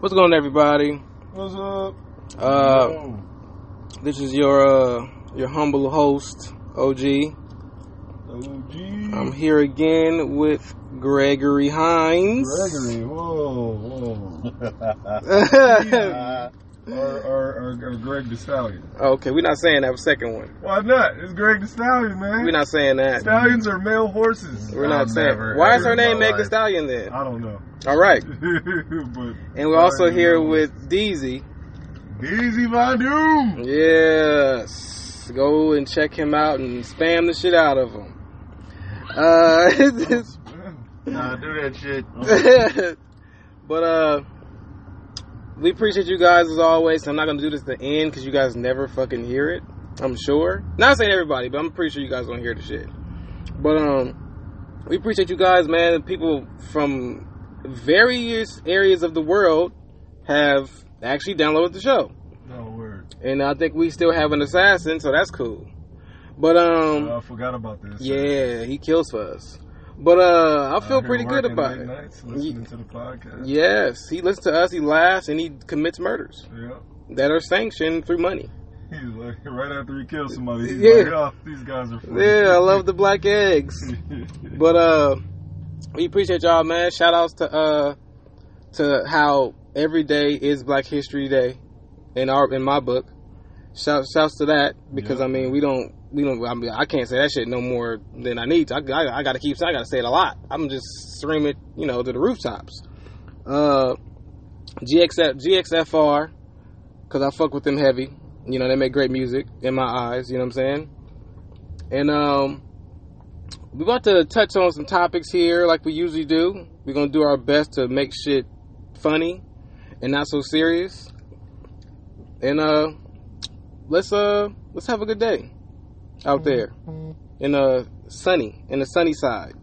What's going on, everybody? What's up? Uh, This is your uh, your humble host, OG. OG. I'm here again with Gregory Hines. Gregory. Whoa, whoa. Uh, or, or, or, or Greg the Stallion. okay, we're not saying that second one. Why not? It's Greg the Stallion, man. We're not saying that. Stallions are male horses. We're not I'll saying. never, Why is ever her in my name Meg Thee life. Stallion then? I don't know. All right, but and we're also Alright, here man. with Deezy. Easy my doom. Yes, go and check him out and spam the shit out of him. Uh, Nah, do that shit. Oh, but uh we appreciate you guys as always. I'm not gonna do this at the end because you guys never fucking hear it. I'm sure. Not saying everybody, but I'm pretty sure you guys don't hear the shit. But um we appreciate you guys, man. People from various areas of the world have actually downloaded the show. No word. And I think we still have an assassin, so that's cool. But um Oh, I forgot about this. yeah, he kills for us. But uh I feel Out here pretty good working about late it. Nights, listening to the podcast. Yes, he listens to us, he laughs, and he commits murders Yeah. that are sanctioned through money. He's like, right after he kills somebody, he's Yeah. like, oh, these guys are funny. Yeah, I love the black eggs. But uh we appreciate y'all, man. Shout outs to uh to how every day is Black History Day in our in my book. Shout shouts to that because Yeah. I mean we don't we don't I mean I can't say that shit no more than I need to. I, I, I gotta keep I gotta say it a lot. I'm just stream it you know to the rooftops. Uh, GXF GXFR because I fuck with them heavy. You know they make great music in my eyes. You know what I'm saying? And um, we about to touch on some topics here like we usually do. We're gonna do our best to make shit funny and not so serious. And uh let's uh let's have a good day out there in uh sunny in the sunny side.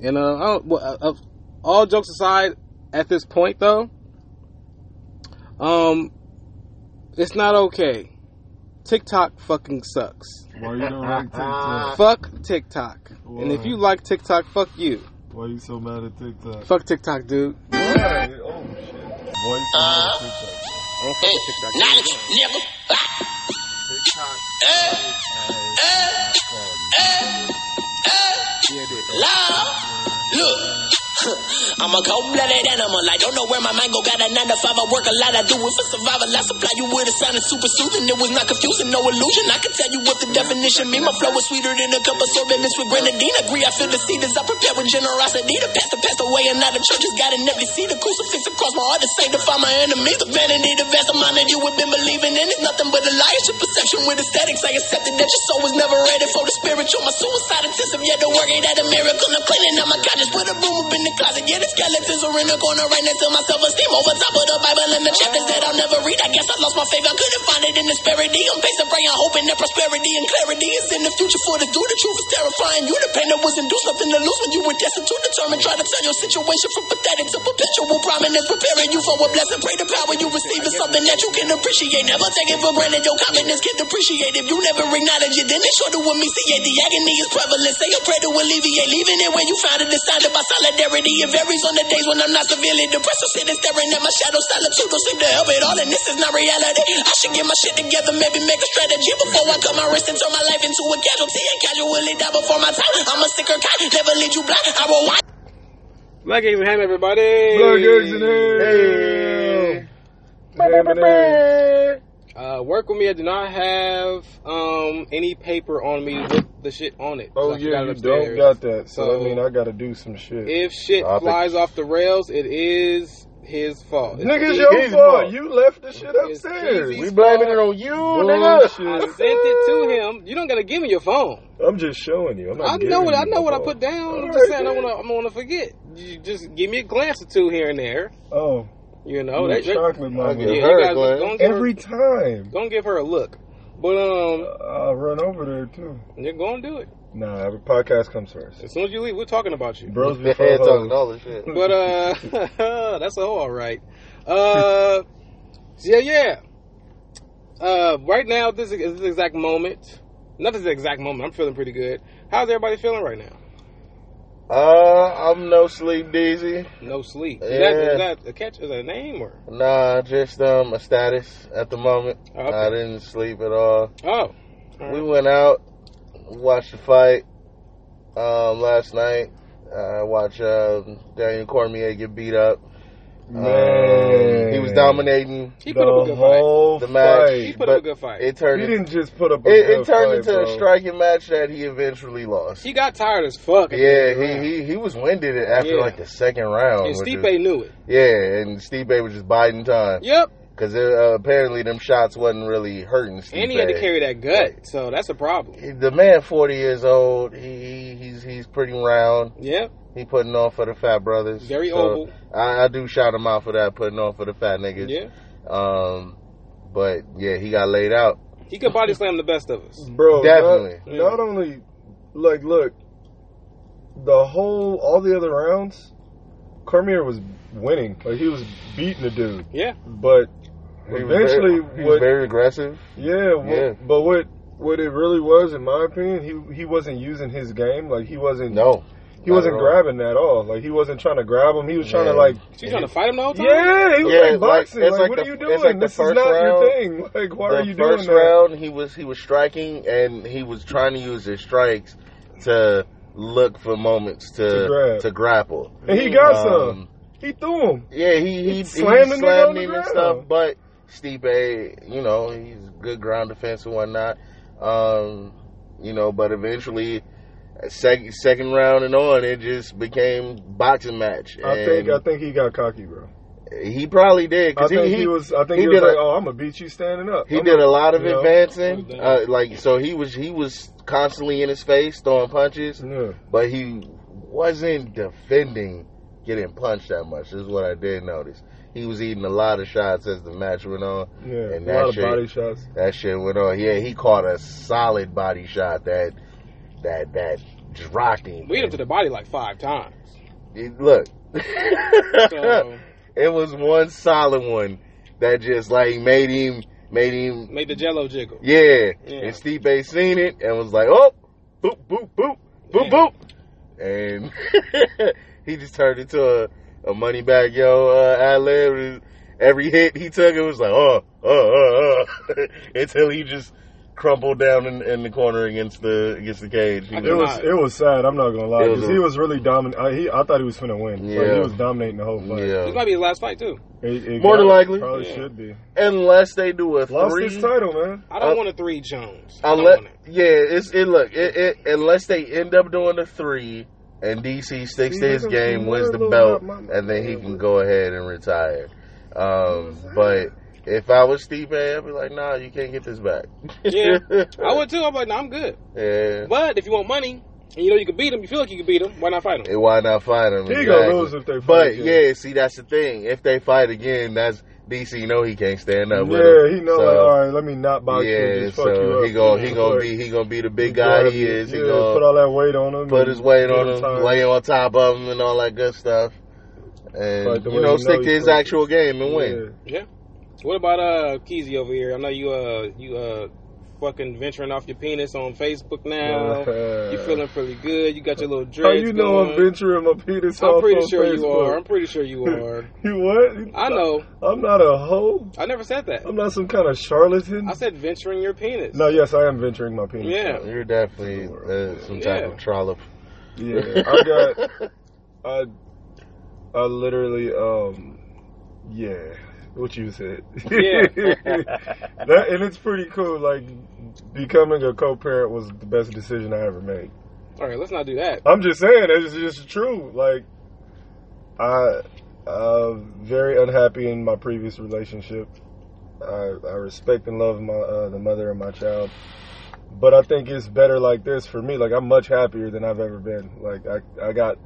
And uh, I don't, well, uh, uh, all jokes aside, at this point though, um, it's not okay. TikTok fucking sucks. Why you don't like TikTok? Fuck TikTok. And if you like TikTok, fuck you. Why you so mad at TikTok? Fuck TikTok, dude. Why? Oh shit. Why you so mad at TikTok? I don't fuck with TikTok. knowledge, nigga. Yeah, dude. Love. Look. I'm a cold-blooded animal. I don't know where my mind go. Got a nine to five. I work a lot. I do it for survival. I supply you with a sound that's super soothing. It was not confusing, no illusion. I can tell you what the definition mean. My flow is sweeter than a cup of sorbet mixed with grenadine. Agree, I feel the seed as I prepare with generosity. The pastor passed away, and now the church has got an empty seat. The crucifix across my heart to sanctify my enemies. The vanity, the vast amount that you have been believing in is nothing but a lie. It's your perception with aesthetics. I accepted that your soul was never ready for the spiritual. My suicide attempt have yet to work it out a miracle. I'm cleaning out my conscience. Put a boom up in the closet. Yeah, the skeletons are in the corner right next to my self-esteem. Over top of the Bible and the chapters that I'll never read. I guess I lost my faith. I couldn't find it in disparity. I'm facing prayer, hoping that prosperity and clarity is in the future for the dude. The truth is terrifying. You the pain that was induced, nothing to lose when you were destitute. Determined, try to turn your situation from pathetic to perpetual prominence. Preparing you for a blessing. Pray the power you receive is something that you can appreciate. Never take it for granted. Your confidence can depreciate if you never acknowledge it. Then it's sure to emaciate. The agony is prevalent. Say a prayer to alleviate. Leaving it where you found it. Decided by solidarity. It varies on the days when I'm not severely depressed. So sitting staring at my shadow. Silent pseudo seem to help it all. And this is not reality. I should get my shit together. Maybe make a strategy before I cut my wrist and turn my life into a casualty. And casually die before my time. I'm a sicker guy. Never lead you blind. I will watch. Black eggs and ham, everybody. Black eggs and ham. Ham and ham. Uh, work with me. I do not have um any paper on me with the shit on it. Oh Like, yeah, got it you upstairs. don't got that. So, So- I mean, I gotta do some shit. If shit Topic. flies off the rails, it is his fault. It's Niggas, his- your Keith's fault. fault. You left the shit It's upstairs. Keith's We blaming it on you, I Bullshit. sent it to him. You don't gotta give me your phone. I'm just showing you. I'm not I giving know what you I know the what I ball. put down. I'm All just right, saying I then. wanna I'm gonna forget. You just give me a glance or two here and there. Oh, You know Mm, that, that- chocolate mama. Yeah, you Her guys glance. don't give every Uh. her time don't give her a look. But um, I'll run over there too. you're gonna do it Nah, the podcast comes first. as soon as you leave. We're talking about you. Bros The before head talking hoes. all this shit. But uh, that's all right. Uh, yeah, yeah. Uh, right now, this is this exact moment. Nothing's the exact moment. I'm feeling pretty good. How's everybody feeling right now? Uh, album, No Sleep Dizzy. No sleep. Is, Yeah. that, is that a catch? Is that a name or? Nah, just um a status at the moment. Oh, Okay. I didn't sleep at all. Oh, We went out, watched the fight um last night. I watched um, Daniel Cormier get beat up. Um, Man. he was dominating he put up a good fight. whole the match. He fight. put but up a good fight. It He turned didn't just put up a it, good it turned fight, into bro. a striking match that he eventually lost. he got tired as fuck. at the yeah, end of the round. he, he he was winded after Yeah. like the second round. and which Stipe was- knew it. yeah, and Stipe was just biding time Yep, because uh, apparently them shots wasn't really hurting Stipe. and he had to carry that gut, so that's a problem. the man forty years old. He, he he's he's pretty round. Yep, He putting on for the Fat Brothers. very So, oval. I, I do shout him out for that, putting on for the Fat niggas. Yeah, Um, but yeah, he got laid out. he could body slam the best of us. bro. Definitely. Not, not only, like, look, the whole all the other rounds, Cormier was winning. Like he was beating the dude, Yeah, but He was eventually, very, he was what? very aggressive. yeah, what, Yeah. but what? What it really was, in my opinion, he he wasn't using his game. Like he wasn't. No, he wasn't not at all. grabbing at all. Like he wasn't trying to grab him. He was trying Yeah. to like. she's trying to fight him the whole time. Yeah, he was Yeah, like like, boxing. it's Like, like what the- are you it's doing? like the this is first not your round- thing. Like, why the are you doing first that? round he was he was striking and he was trying to use his strikes to look for moments to To grab. to grapple. And he got some. Um, He threw him. yeah, he he, He he slammed slammed, the nigga on the him and ground. stuff, but Stipe, you know, he's good ground defense and whatnot. Um, you know, but eventually second second round and on it just became boxing match. I think I And think he got cocky, bro. he probably I did because think he, he was. I think he he, was did like, a- "Oh, I'm gonna beat you standing up." He I'm did gonna- a lot of you know? advancing, Damn. uh, like so. He was he was constantly in his face throwing punches, Yeah. but he wasn't defending getting punched that much. This is what I did notice. He was eating a lot of shots as the match went on. Yeah, And a that lot shit- of body shots. That shit went on. Yeah, he caught a solid body shot that that that just rocked him. We hit him to the body like five times. It- Look, So it was one solid one that just like made him made him made the jello jiggle. Yeah. Yeah. And Steve Bay seen it and was like, oh, boop, boop, boop, Yeah. boop, boop. And he just turned into a, a money bag yo uh, ad lib. Every hit he took, it was like, oh, oh, oh, oh. Until he just crumpled down in, in the corner against the against the cage. He I It could was- was it was sad. I'm not gonna lie It was because a- he was really dominant. I, he I thought he was finna win. Like, Yeah. he was dominating the whole fight. This yeah. might be his last fight too. It, it More than got- likely. probably Yeah. should be. Unless they do a Lost three. his title, man. I don't Uh, want a three Jones. I don't Unless, want it. yeah, it's it. Look, it, it, unless they end up doing a three, and DC sticks See, to his look at- game, look wins at the little belt, my- my- and then he my- can go ahead and retire. Um, but if I was Steve A, I'd be like, Nah, you can't get this back. Yeah. I would too. I'm like, no, I'm good. yeah. But if you want money and you know you can beat him, you feel like you can beat him. Why not fight him? And why not fight him? He Exactly. gonna lose if they fight. But again. yeah, see, that's the thing. If they fight again, that's DC. Know he can't stand up. with yeah, him. he know. So- like, all right, let me not box you. and yeah, Just fuck you so up. he gonna he Like, gonna be he gonna be the big grab guy he you. is. He Yeah, gonna put all that weight on him. put and his weight get on him, tired. lay on top of him, and all that good stuff. And Like the you way know, you stick know to you his play. actual game and Yeah. win. What about uh Keezy over here? I know you uh you uh fucking venturing off your penis on Facebook now. you feeling pretty good. You got your little How dreads. Oh, you know going. I'm venturing my penis I'm off pretty on sure you Facebook? are. I'm pretty sure you are. You what? I know. I'm not a hoe. I never said that. I'm not some kind of charlatan. I said venturing your penis. No, yes, I am venturing my penis. Yeah. You're definitely uh, some type Yeah. of trollop. Yeah, I got, I, I literally, um, yeah, what you said. Yeah. that, and it's pretty cool. Like, becoming a co-parent was the best decision I ever made. All right, let's not do that. I'm just saying, it's just true. Like, I, uh, very unhappy in my previous relationship. I, I respect and love my uh, the mother of my child, but I think it's better like this for me. Like, I'm much happier than I've ever been. Like, I, I got.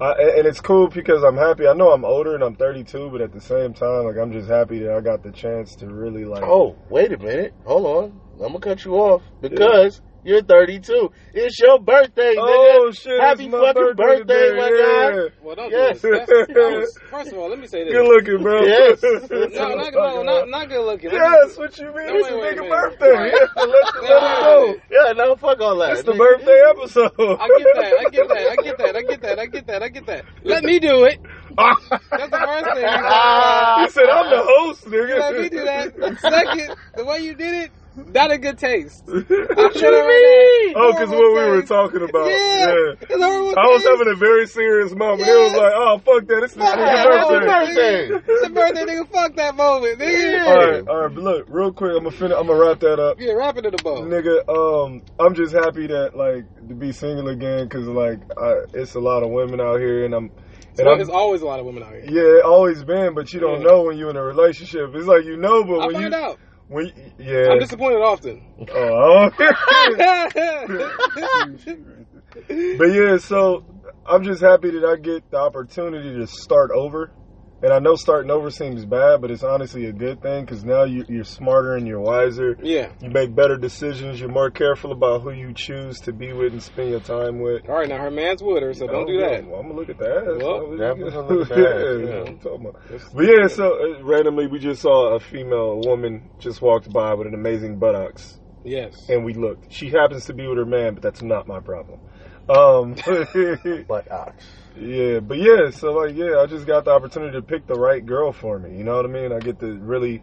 I, and- and it's cool because I'm happy. I know I'm older and I'm 32, but at the same time, like I'm just happy that I got the chance to really like. oh, wait a minute. Hold on. I'm gonna cut you off because You're 32. It's your birthday, Oh nigga. shit! Happy it's my fucking birthday, my yeah. guy. Well, don't Yes. do this. That's- that was- First of all, let me say this. Good looking, bro. Yes. No, not, no, not, not good looking. Yes, what you mean? No, it's wait, a wait, nigga wait. birthday. Right. Yeah, let, let Wait, wait, it go. wait. Yeah, no, fuck all that. It's the nigga. birthday episode. I get that. I get that. I get that. I get that. I get that. I get that. Let me do it. That's the first thing. he said, "I'm the host, nigga." Let me do that. Second, the way you did it, not a good taste. I that. should have heard that. oh, because what we were Horrible talking about. taste. Yeah. Yeah. It's horrible I was taste. having a very serious moment. It was Yes. like, "Oh, fuck that! It's the Fuck Yeah, nigga that. happy Horrible birthday." birthday. taste. It's a birthday, nigga. Fuck that moment, nigga. All right, all right. But look, real quick, I'm gonna fin- I'm gonna wrap that up. Yeah, wrap it to the bone. Nigga, um, I'm just happy that like to be single again because like I, it's a lot of women out here, and I'm and I'm Well, there's always a lot of women out here. yeah, it always been, but you don't Yeah. know when you're in a relationship. It's like you know, but I'll when find you out. when you- yeah, I'm disappointed often. oh, okay. but yeah, so I'm just happy that I get the opportunity to start over. And I know starting over seems bad, but it's honestly a good thing because now you, you're smarter and you're wiser. yeah. You make better decisions. You're more careful about who you choose to be with and spend your time with. All right, now her man's with her, so don't do that. I'm gonna look at that. Well, definitely gonna look at that, yeah, yeah. I'm talking about. But yeah, so uh, randomly we just saw a female woman just walked by with an amazing buttocks, Yes. and we looked. She happens to be with her man, but that's not my problem. Um, But uh, ox. yeah, but yeah, so like yeah, I just got the opportunity to pick the right girl for me. You know what I mean? I get to really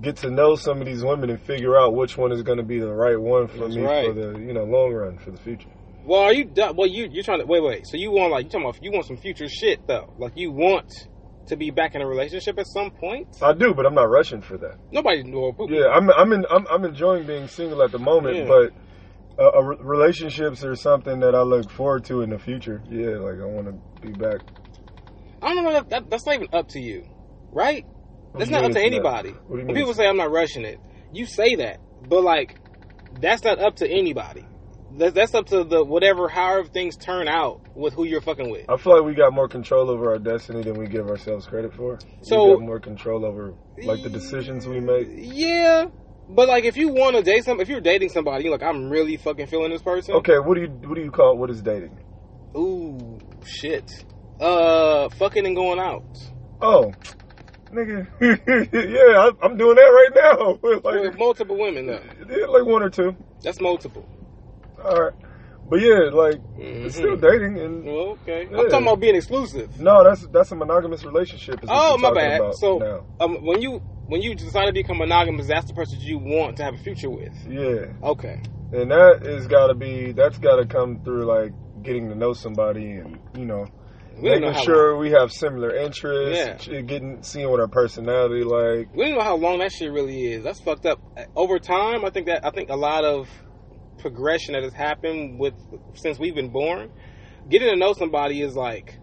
get to know some of these women and figure out which one is going to be the right one for That's me right. for the you know long run for the future. Well, are you done? Well, you you trying to wait, wait. So you want like you talking about you want some future shit though? Like you want to be back in a relationship at some point? I do, but I'm not rushing for that. Nobody know. Yeah, I'm I'm in, I'm I'm enjoying being single at the moment, Yeah. but uh, uh, re- relationships are something that I look forward to in the future. Yeah, like I want to be back. I don't know. That, that that's not even up to you, right? What That's do you not mean up to it's anybody. What do you When mean people it's- say I'm not rushing it, you say that, but like that's not up to anybody. That's, that's up to the whatever however things turn out with who you're fucking with. I feel like we got more control over our destiny than we give ourselves credit for. So- we got more control over like the decisions we make. Yeah, but like if you want to date some, if you're dating somebody, you're like I'm really fucking feeling this person. Okay, what do you what do you call what is dating? Ooh, shit. Uh, fucking and going out. Oh, nigga, yeah, I, I'm doing that right now. With like, multiple women though. yeah, like one or two. That's multiple. All right, but yeah, like Mhm. it's still dating and Well, okay. Yeah. I'm talking about being exclusive. No, that's that's a monogamous relationship. Is what Oh you're my talking bad. About So now. um, when you when you decide to become monogamous, that's the person you want to have a future with. yeah, Okay. and that is got to be that's got to come through like getting to know somebody and you know We don't know making how sure we have similar interests, ch- getting seeing what our personality like. we don't know how long that shit really is. That's fucked up. Over time, I think that I think a lot of progression that has happened with since we've been born, getting to know somebody is like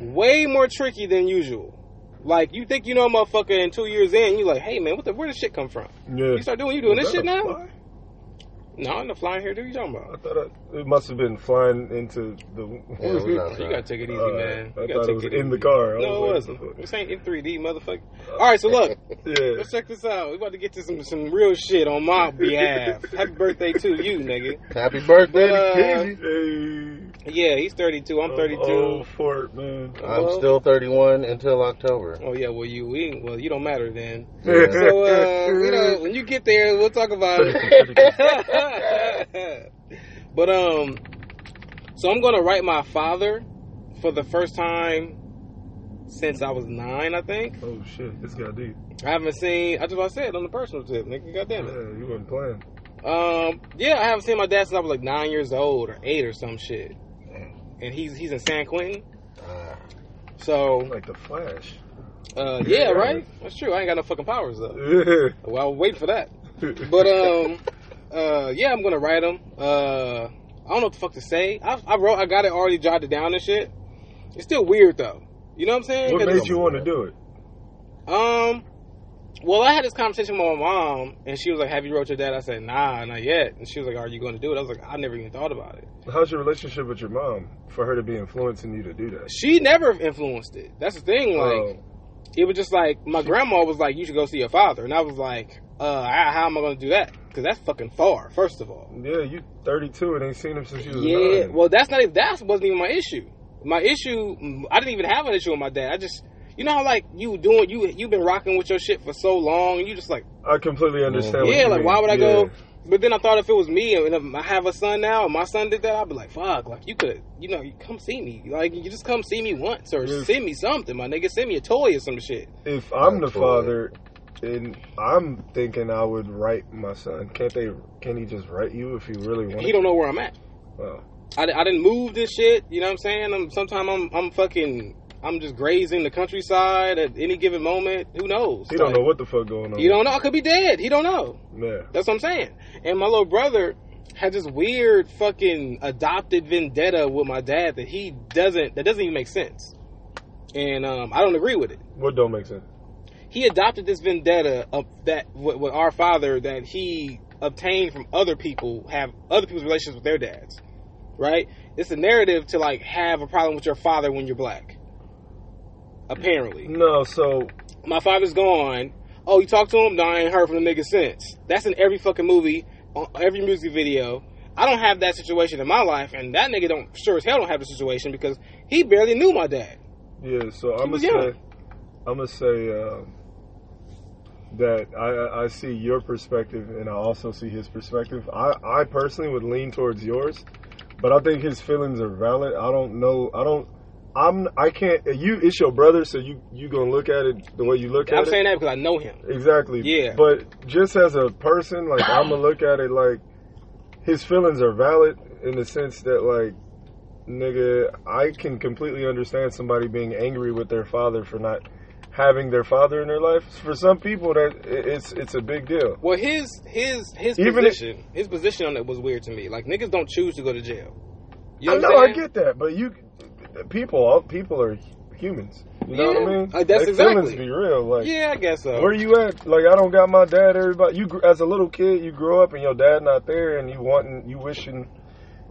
way more tricky than usual. Like you think you know a motherfucker, and two years in, you like, hey man, what the where did shit come from? Yeah, You start doing you doing this Is that shit a now? fly? No, I'm not flying here. Dude, you talking I about? thought I, it must have been flying into the. Yeah, it was Oh, outside. you gotta take it easy, Uh, man. I You gotta thought it take was easy. in the car. I No, it was like, wasn't. This ain't in 3D, motherfucker. All right, so look, Yeah. let's check this out. We about to get to some some real shit on my behalf. Happy birthday to you, nigga. Happy birthday, Uh, Kizzy. Hey, Yeah, he's 32. I'm 32. Old Fort man. I'm still 31 until October. Oh yeah, well you we ain't- well you don't matter then. Yeah. So uh, you know when you get there, we'll talk about it. but um, so I'm gonna write my father for the first time since I was nine, I think. Oh shit, this got deep. I haven't seen. I just what I said on the personal tip, nigga. Yeah, Goddamn it. you wasn't playing. Um, yeah, I haven't seen my dad since I was like nine years old or eight or some shit. And he's he's in San Quentin, Ah, so Like the Flash. uh, yeah, right. That's true. I ain't got no fucking powers though. Yeah. Well, I'll wait for that. But um, uh, yeah, I'm gonna write them. Uh, I don't know what the fuck to say. I, I wrote, I got it already jotted down and shit. It's still weird though. You know what I'm saying? what 'Cause made you want to do it? Um, well, I had this conversation with my mom, and she was like, "Have you wrote your dad?" I said, "Nah, not yet." And she was like, "Are you going to do it?" I was like, "I never even thought about it." How's your relationship with your mom for her to be influencing you to do that? She never influenced it. That's the thing. Like, Oh, it was just like my grandma was like, "You should go see your father," and I was like, Uh, how, how am I going to do that? Because that's fucking far. First of all, Yeah, you 32 and ain't seen him since you was yeah. nine. Well, that's not even that wasn't even my issue. My issue, I didn't even have an issue with my dad. I just, you know how like you doing you you've been rocking with your shit for so long, and you just like I completely understand. what yeah, you like mean. why would I Yeah. go? But then I thought if it was me and if I have a son now, and my son did that, I'd be like, fuck, like you could, you know, you come see me, like you just come see me once or Yeah. send me something, my nigga, send me a toy or some shit. If I'm the That's right. father, and I'm thinking I would write my son. Can't they? Can he just write you if he really wants? He don't know where I'm at. Well, I, I didn't move this shit. You know what I'm saying? I'm sometimes I'm I'm fucking I'm just grazing the countryside at any given moment. Who knows? he don't Like, know what the fuck going on. He don't know. I could be dead. He don't know. Yeah. That's what I'm saying. And my little brother had this weird fucking adopted vendetta with my dad that he doesn't that doesn't even make sense. And um, I don't agree with it. What don't make sense? He adopted this vendetta of that with, with our father that he obtained from other people have other people's relations with their dads. Right? It's a narrative to like have a problem with your father when you're black. Apparently. No. So My father's gone. Oh, you talk to him? No, I ain't heard from the nigga since. That's in every fucking movie, on every music video. I don't have that situation in my life, and that nigga don't sure as hell don't have the situation because he barely knew my dad. yeah. So I'm gonna was say, young. I'm gonna say um, that I- I I see your perspective and I also see his perspective. I I personally would lean towards yours, but I think his feelings are valid. I don't know. I don't. I'm. I can't. You. It's your brother, so you you gonna look at it the way you look at I'm it. saying that because I know him. Exactly. Yeah. But just as a person, like I'm gonna look at it like his feelings are valid in the sense that like nigga, I can completely understand somebody being angry with their father for not having their father in their life. For some people, that i- it's it's a big deal. Well, his his his Even if- position his position on it was weird to me. Like niggas don't choose to go to jail. You I what I'm know I saying? get that, but you people all people are humans. You know what I Yeah, mean? uh, that's Their exactly. feelings be real. Like Yeah, I guess so. Where you at? Like I don't got my dad. Everybody, you gr- as a little kid, you grow up and your dad not there, and you wanting, you wishing,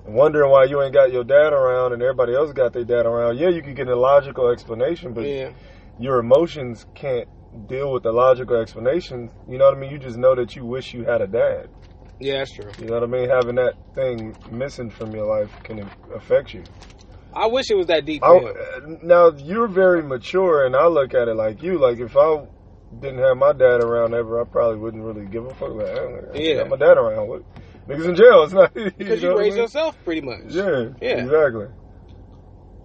and wondering why you ain't got your dad around, and everybody else got their dad around. Yeah, you can get a logical explanation, but yeah, your emotions can't deal with the logical explanation. You know what I mean? You just know that you wish you had a dad. yeah, that's true. You know what I mean? Having that thing missing from your life can affect you. I wish it was that deep. I, for him. uh, now you're very mature, and I look at it like you. Like if I didn't have my dad around ever, I probably wouldn't really give a fuck. Like, I don't- I Yeah. got my dad around. What? Niggas in jail. It's not Because know you what I raised mean? yourself pretty much. Yeah, Yeah. exactly.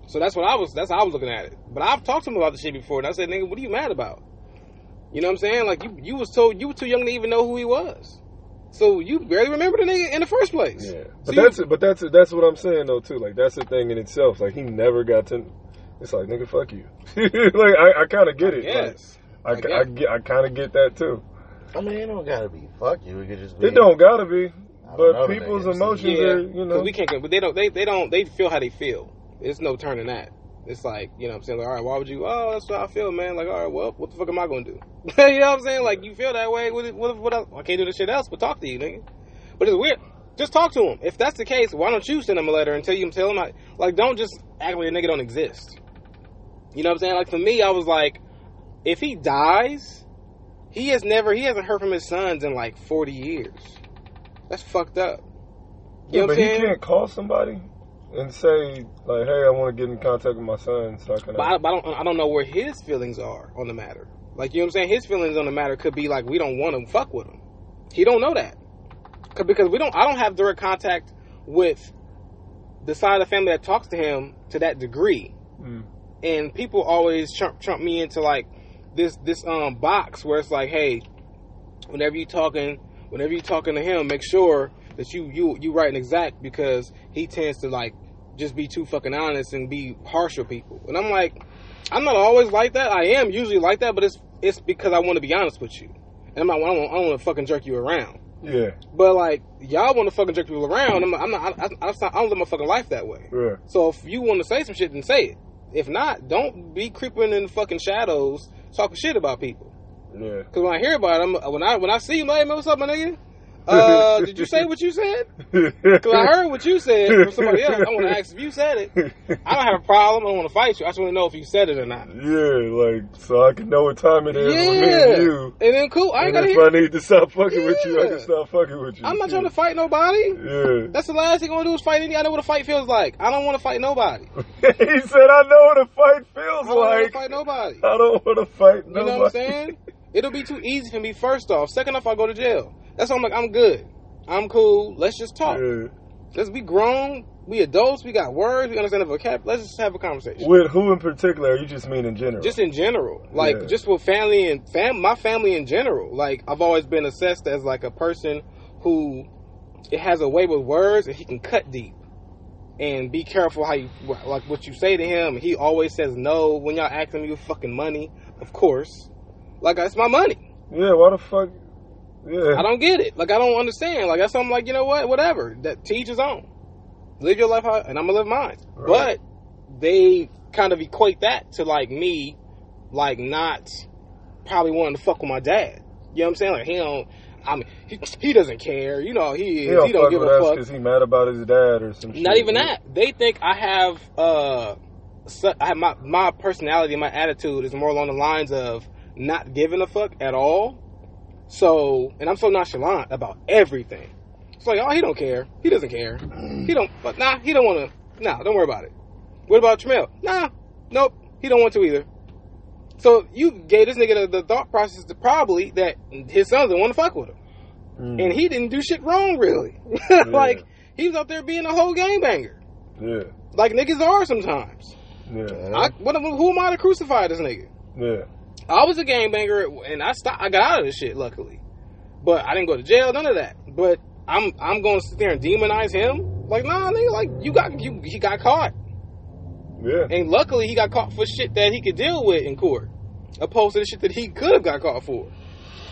So that's what I was. That's how I was looking at it. But I've talked to him about the shit before, and I said, "Nigga, what are you mad about?" You know what I'm saying? Like you, you was told you were too young to even know who he was, so you barely remember the nigga in the first place. Yeah, So but you- that's it. But that's it. That's what I'm saying though too. Like that's the thing in itself. Like he never got to. It's like nigga, fuck you. like I, I kind of get it. yes. Like, I, I I get. I kind of get that too. I mean, it don't gotta be fuck you. It could just be. It don't gotta be, I don't know but the nigga. people's It's- emotions yeah, are. You know, because we can't. But they don't. They they don't. They feel how they feel. There's no turning that. It's like you know what I'm saying. Like, all right, why would you? Oh, that's how I feel, man. Like, all right, well, what the fuck am I gonna do? you know what I'm saying? Like, you feel that way. What? What? what else? I can't do this shit else, but talk to you, nigga. But it's weird. Just talk to him. If that's the case, why don't you send him a letter and tell you tell him I, like don't just act like a nigga don't exist. You know what I'm saying? Like for me, I was like, if he dies, he has never he hasn't heard from his sons in like 40 years. That's fucked up. Yeah, You know what but I'm he saying? can't call somebody and say like, "Hey, I want to get in contact with my son." So I can. But I, but I don't I don't know where his feelings are on the matter. Like you know what I'm saying? His feelings on the matter could be like we don't want to fuck with him. He don't know that. 'Cause- Because we don't I don't have direct contact with the side of the family that talks to him to that degree. Mm. And people always trump trump me into like this this um box where it's like, hey, whenever you talking whenever you talking to him, make sure that you you you right and exact because he tends to like just be too fucking honest and be harsh with people. And I'm like, I'm not always like that. I am usually like that, but it's it's because I want to be honest with you. And I'm not, I don't, I don't want to fucking jerk you around. yeah, But like y'all want to fucking jerk people around. I'm, I'm not. I, I, I don't live my fucking life that way. yeah. So if you want to say some shit, then say it. If not, don't be creeping in the fucking shadows talking shit about people. Yeah, Cause when I hear about him, when I when I see him, like, "Hey, man, what's up, my nigga? Uh, did you say what you said? Because I heard what you said from somebody else. I want to ask if you said it. I don't have a problem. I don't want to fight you. I just want to know if you said it or not. Yeah, like so I can know what time it is with me Yeah. and you. And then cool. I ain't And gotta if hear. I need to stop fucking with you, I Yeah. can stop fucking with you. I'm not trying to fight nobody. Yeah. That's the last thing I want to do is fight any. I know what a fight feels like. I don't want to fight nobody. he said, "I know what a fight feels I don't want to like. fight nobody. I don't want to fight You nobody." know what I'm saying? It'll be too easy for me. First off, second off, I go to jail. That's why I'm like, I'm good. I'm cool. Let's just talk. Let's be grown. We adults. We got words. We understand the vocab. Let's just have a Yeah. conversation. With who in particular? You just mean in general? just in general, like Yeah. just with family and fam, my family in general. Like I've always been assessed as like a person who it has a way with words and he can cut deep and be careful how you like what you say to him. He always says no when y'all ask him you fucking money, of course. Like it's my money. yeah. Why the fuck? Yeah. I don't get it. Like I don't understand. Like that's something like you know what, whatever. That teach his own. Live your life, how, and I'm gonna live mine. Right. But they kind of equate that to like me, like not probably wanting to fuck with my dad. You know what I'm saying? Like he don't. I mean, he, he doesn't care. You know he he is. don't, he don't fuck give with a us fuck. because he mad about his dad or some. Not shit. even that. They think I have uh, su- I have my my personality, my attitude is more along the lines of not giving a fuck at all. So, and I'm so nonchalant about everything. It's like, oh, he don't care. He doesn't care. He don't. But nah, he don't want to. Nah, don't worry about it. What about Tramel? Nah, nope. He don't want to either. So you gave this nigga the, the thought process to probably that his sons don't want to fuck with him Mm. and he didn't do shit wrong really. like he was out there being a whole game banger, Yeah. like niggas are sometimes. Yeah. I, what, am- who am I to crucify this nigga? Yeah. I was a game banger, and I stopped. I got out of this shit luckily, but I didn't go to jail, none of that. But I'm I'm going to sit there and demonize him. Like nah, nigga, like you got you he got caught, Yeah. and luckily he got caught for shit that he could deal with in court, opposed to the shit that he could have got caught for.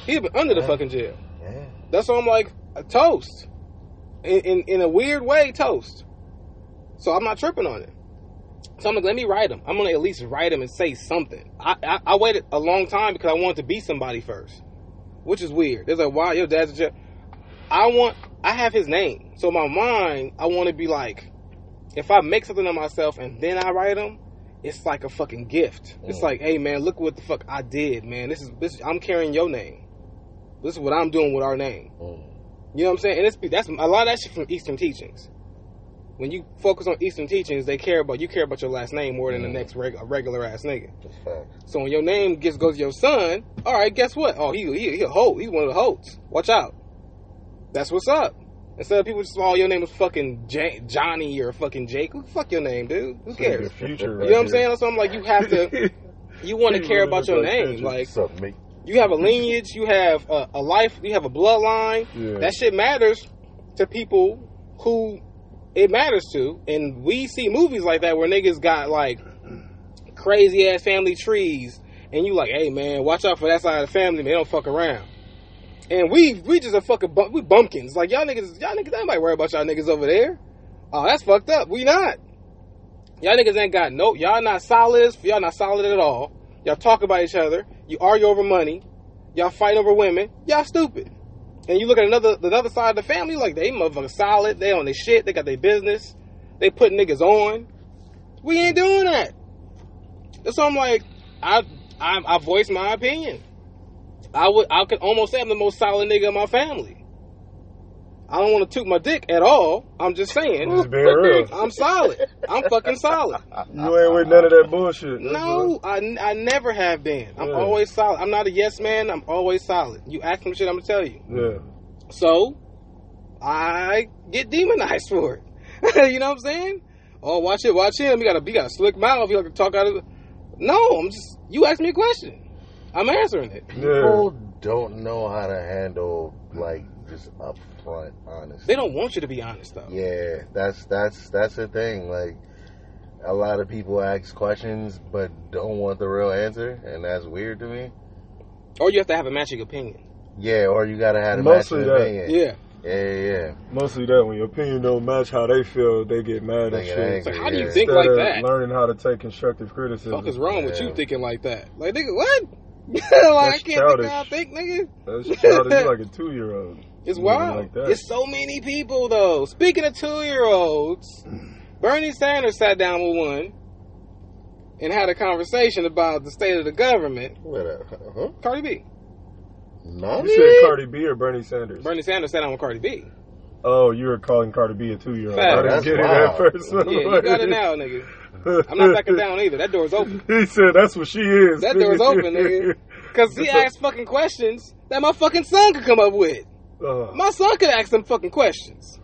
He'd been under the fucking jail. Yeah. That's why I'm like a toast, in, in in a weird way, toast. So I'm not tripping on it. So I'm like, let me write him. I'm gonna at least write him and say something. I, I I waited a long time because I wanted to be somebody first, which is weird. There's like, wow, your dad's a jail. I want I have his name, so in my mind I want to be like, if I make something of myself and then I write him, it's like a fucking gift. It's Mm. like, hey man, look what the fuck I did, man. This is this. I'm carrying your name. This is what I'm doing with our name. Mm. You know what I'm saying? And it's that's a lot of that shit from Eastern teachings. When you focus on Eastern teachings, they care about you care about your last name more than the Mhm. next reg, regular ass nigga. That's fact. So when your name gets goes to your son, all right, guess what? Oh, he he, he a hoe. He's one of the hoes. Watch out. That's what's up. Instead of people just oh your name was fucking J- Johnny or fucking Jake. Who fuck your name, dude? Who This cares? nigga Future You right know what I'm here. saying? So I'm like, you have to, you want to He care really about look your like name. Kendrick. Like What's up, mate? you have a lineage, you have a, a life, you have a bloodline. Yeah. That shit matters to people who it matters to, and we see movies like that where niggas got like crazy ass family trees, and you like, hey man, watch out for that side of the family, man. They don't fuck around. And we we just a fucking bum- we bumpkins. Like y'all niggas, y'all niggas, I might worry about y'all niggas over there. Oh, that's fucked up. We not. Y'all niggas ain't got no. Y'all not solid. Y'all not solid at all. Y'all talk about each other. You argue over money. Y'all fight over women. Y'all stupid. And you look at another the other side of the family, like they motherfuckers solid. They on their shit. They got their business. They put niggas on. We ain't doing that. And So I'm like, I I, I voice my opinion. I would I could almost say I'm the most solid nigga in my family. I don't want to toot my dick at all. I'm just saying. Just being real. I'm solid. I'm fucking solid. You ain't with none of that bullshit. that's all. No, I, I never have been. I'm Yeah. always solid. I'm not a yes man. I'm always solid. You ask me shit, I'm gonna tell you. Yeah. So, I get demonized for it. you know what I'm saying? Oh, watch it, watch him. You got a you got a slick mouth. You like to talk out of. No, I'm just. You asked me a question. I'm answering it. Yeah. People don't know how to handle like just upfront honesty. They don't want you to be honest though. Yeah, that's that's that's the thing. Like a lot of people ask questions but don't want the real answer, and that's weird to me. Or you have to have a matching opinion. Yeah, or you gotta have a Mostly matching that. Yeah. opinion. Yeah, yeah, yeah. Mostly that when your opinion don't match how they feel, they get mad They and get shit. It's angry, like, how do you yeah. think Instead like of that? learning how to take constructive criticism. fuck is wrong with Yeah. you thinking like that? Like nigga, what? like I That's can't think how I childish. think, nigga. That's childish. you like a two year old. It's Nothing wild. like that. it's so many people though. Speaking of two year olds, Bernie Sanders sat down with one and had a conversation about the state of the government. Whatever. Huh? Cardi B. Nani? You said Cardi B or Bernie Sanders? Bernie Sanders sat down with Cardi B. oh, you were calling Cardi B a two-year-old. Facts. I didn't That's get wild. it at first. Yeah, you got it now, nigga. I'm not backing down either. That door's open. He said, "That's what she is." That door's open, nigga. Cause he asked fucking questions that my fucking son could come up with. Uh, My son could ask some fucking questions.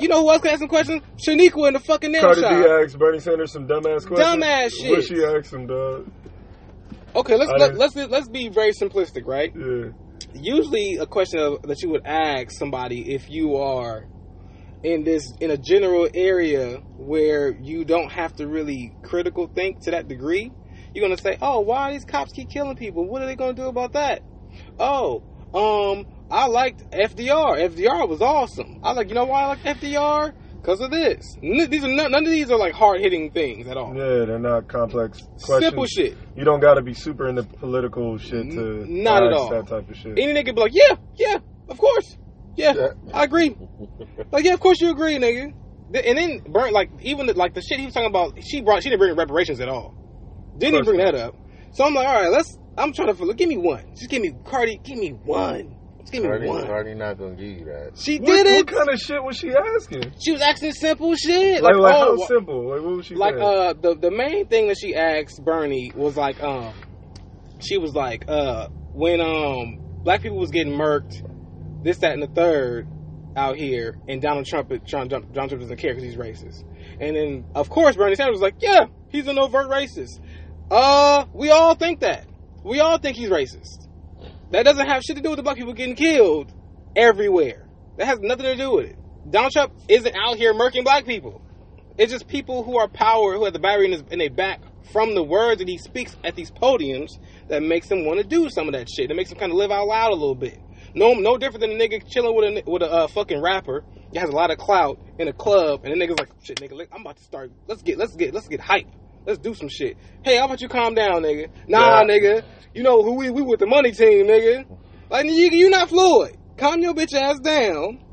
You know who else could ask some questions? Shaniqua in the fucking nail Cardi B shop. asked Bernie Sanders some dumbass questions. Dumbass shit. What she asked him, dog? Okay, let's I let, didn't- let's let's be very simplistic, right? Yeah. Usually, a question of, that you would ask somebody if you are in this in a general area where you don't have to really critical think to that degree, you're gonna say, "Oh, why these cops keep killing people? What are they gonna do about that?" Oh, um, I liked FDR. FDR was awesome. I like, you know why I like FDR? Because of this. N- these are none, none of these are like hard hitting things at all. Yeah, they're not complex questions. Simple shit. You don't got to be super into political shit to N- not at ask all. that type of shit. Any nigga be like, yeah, yeah, of course. Yeah, Yeah. I agree. Like, yeah, of course you agree, nigga. Th- And then Burnt, like, even the, like the shit he was talking about, she brought, she didn't bring reparations at all. Didn't even Of course bring that up. So I'm like, all right, let's. I'm trying to give me one. Just give me Cardi. Give me one. Just give me Cardi, one. Cardi not gonna give you that. She what, did what it. kind of shit was she asking? she was asking simple shit. Like, like oh, how wh- simple? Like, what was she like saying? uh the the main thing that she asked Bernie was like um she was like uh when um black people was getting murked this that and the third out here and Donald Trump Trump Trump- Donald Trump doesn't care because he's racist and then of course Bernie Sanders was like yeah he's an overt racist uh we all think that we all think he's racist that doesn't have shit to do with the black people getting killed everywhere that has nothing to do with it Donald Trump isn't out here murking black people it's just people who are power, who have the battery in, his, in their back from the words that he speaks at these podiums that makes him want to do some of that shit. That makes him kind of live out loud a little bit. No, no different than a nigga chilling with a with a uh, fucking rapper that has a lot of clout in a club, and the nigga's like, "Shit, nigga, look, I'm about to start. Let's get, let's get, let's get hype. Let's do some shit. Hey, how about you calm down, nigga? Nah, Yeah. nigga, you know who we we with the money team, nigga. Like, you you not Floyd. Calm your bitch ass down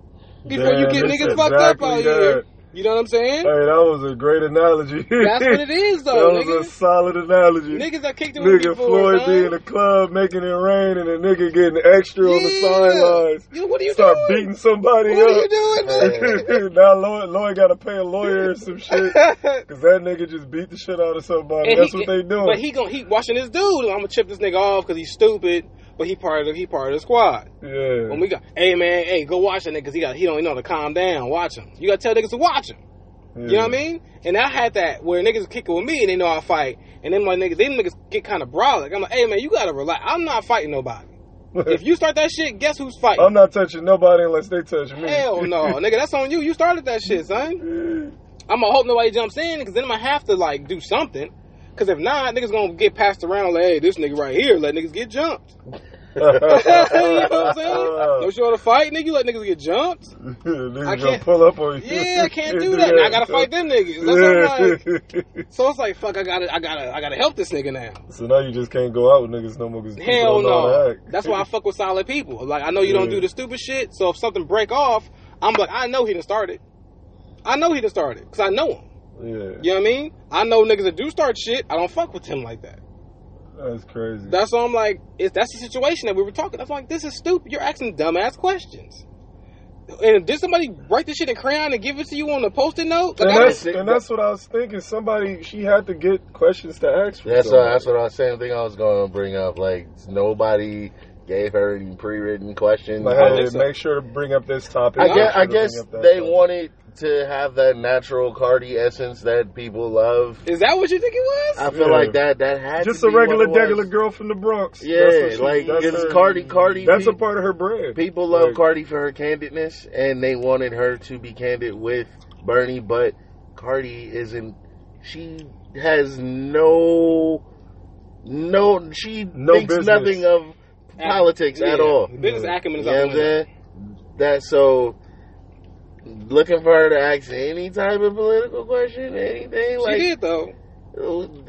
before Damn, you get it's niggas fucked up exactly out that. here. You know what I'm saying? hey, that was a great analogy. That's what it is, though, that nigga. was a solid analogy. Niggas that kicked it with Nigga me for, Floyd son. be in the club making it rain and a nigga getting extra on the Yeah. sidelines. Yo, what are you Start doing? beating somebody What are up. you doing, nigga? now Lloyd, Lloyd got to pay a lawyer or some shit. Because that nigga just beat the shit out of somebody. And That's he- what they doing. But he gon' he watching this dude. I'm gonna chip this nigga off because he's stupid. But he part of the, he part of the squad. yeah. When we got, hey man, hey, go watch that nigga. 'cause He got he don't even know to calm down. Watch him. You gotta tell niggas to watch him. yeah. You know what I mean? And I had that where niggas kicking with me and they know I fight. And then my niggas, then niggas get kind of brolic. I'm like, hey man, you gotta relax. I'm not fighting nobody. if you start that shit, guess who's fighting? I'm not touching nobody unless they touch me. Hell no, nigga. That's on you. You started that shit, son. I'm gonna hope nobody jumps in because then I'm gonna have to like do something. Because if not, niggas gonna get passed around like, hey, this nigga right here let niggas get jumped. you know what I'm saying? Don't you want to fight, nigga? You let niggas get jumped? I Niggas gonna can't- pull up on you. Yeah, I can't do that. Now I gotta fight them niggas. That's what I'm like. Yeah. So it's like, fuck, I gotta, I gotta, I gotta help this nigga now. so now you just can't go out with niggas no more because don't Hell know how to no. act. That's why I fuck with solid people. Like I know you don't Yeah. do the stupid shit. So if something break off, I'm like, I know he done started. I know he done started because I know him. Yeah, You know what I mean? I know niggas that do start shit. I don't fuck with him like that. that's crazy. That's why I'm like, it, that's the situation that we were talking. That's like, this is stupid. You're asking dumbass questions. And did somebody write this shit in crayon and give it to you on a post-it note? and Like, I that's, was- and that's what I was thinking. Somebody, she had to get questions to ask for. That's somebody. uh, that's what I was saying. Thing I was gonna bring up, like nobody gave her any pre-written questions. Like, I hey, think so. make sure to bring up this topic. I Yeah, guess, I Make sure to bring guess up that they topic. wanted to have that natural Cardi essence that people love. is that what you think it I was? feel Yeah. like that that had just to a be what regular it was. degular girl from the Bronx. That's Yeah, what she- like that's it's her- Cardi. Cardi. That's pe- a part of her brand. people love Like, Cardi for her candidness, and they wanted her to be candid with Bernie, but Cardi isn't. She has no, no. She No thinks business. nothing of politics at Yeah. all. Business acumen You is know what out I'm the window. saying? That so looking for her to ask any type of political question, anything She like uh, did though.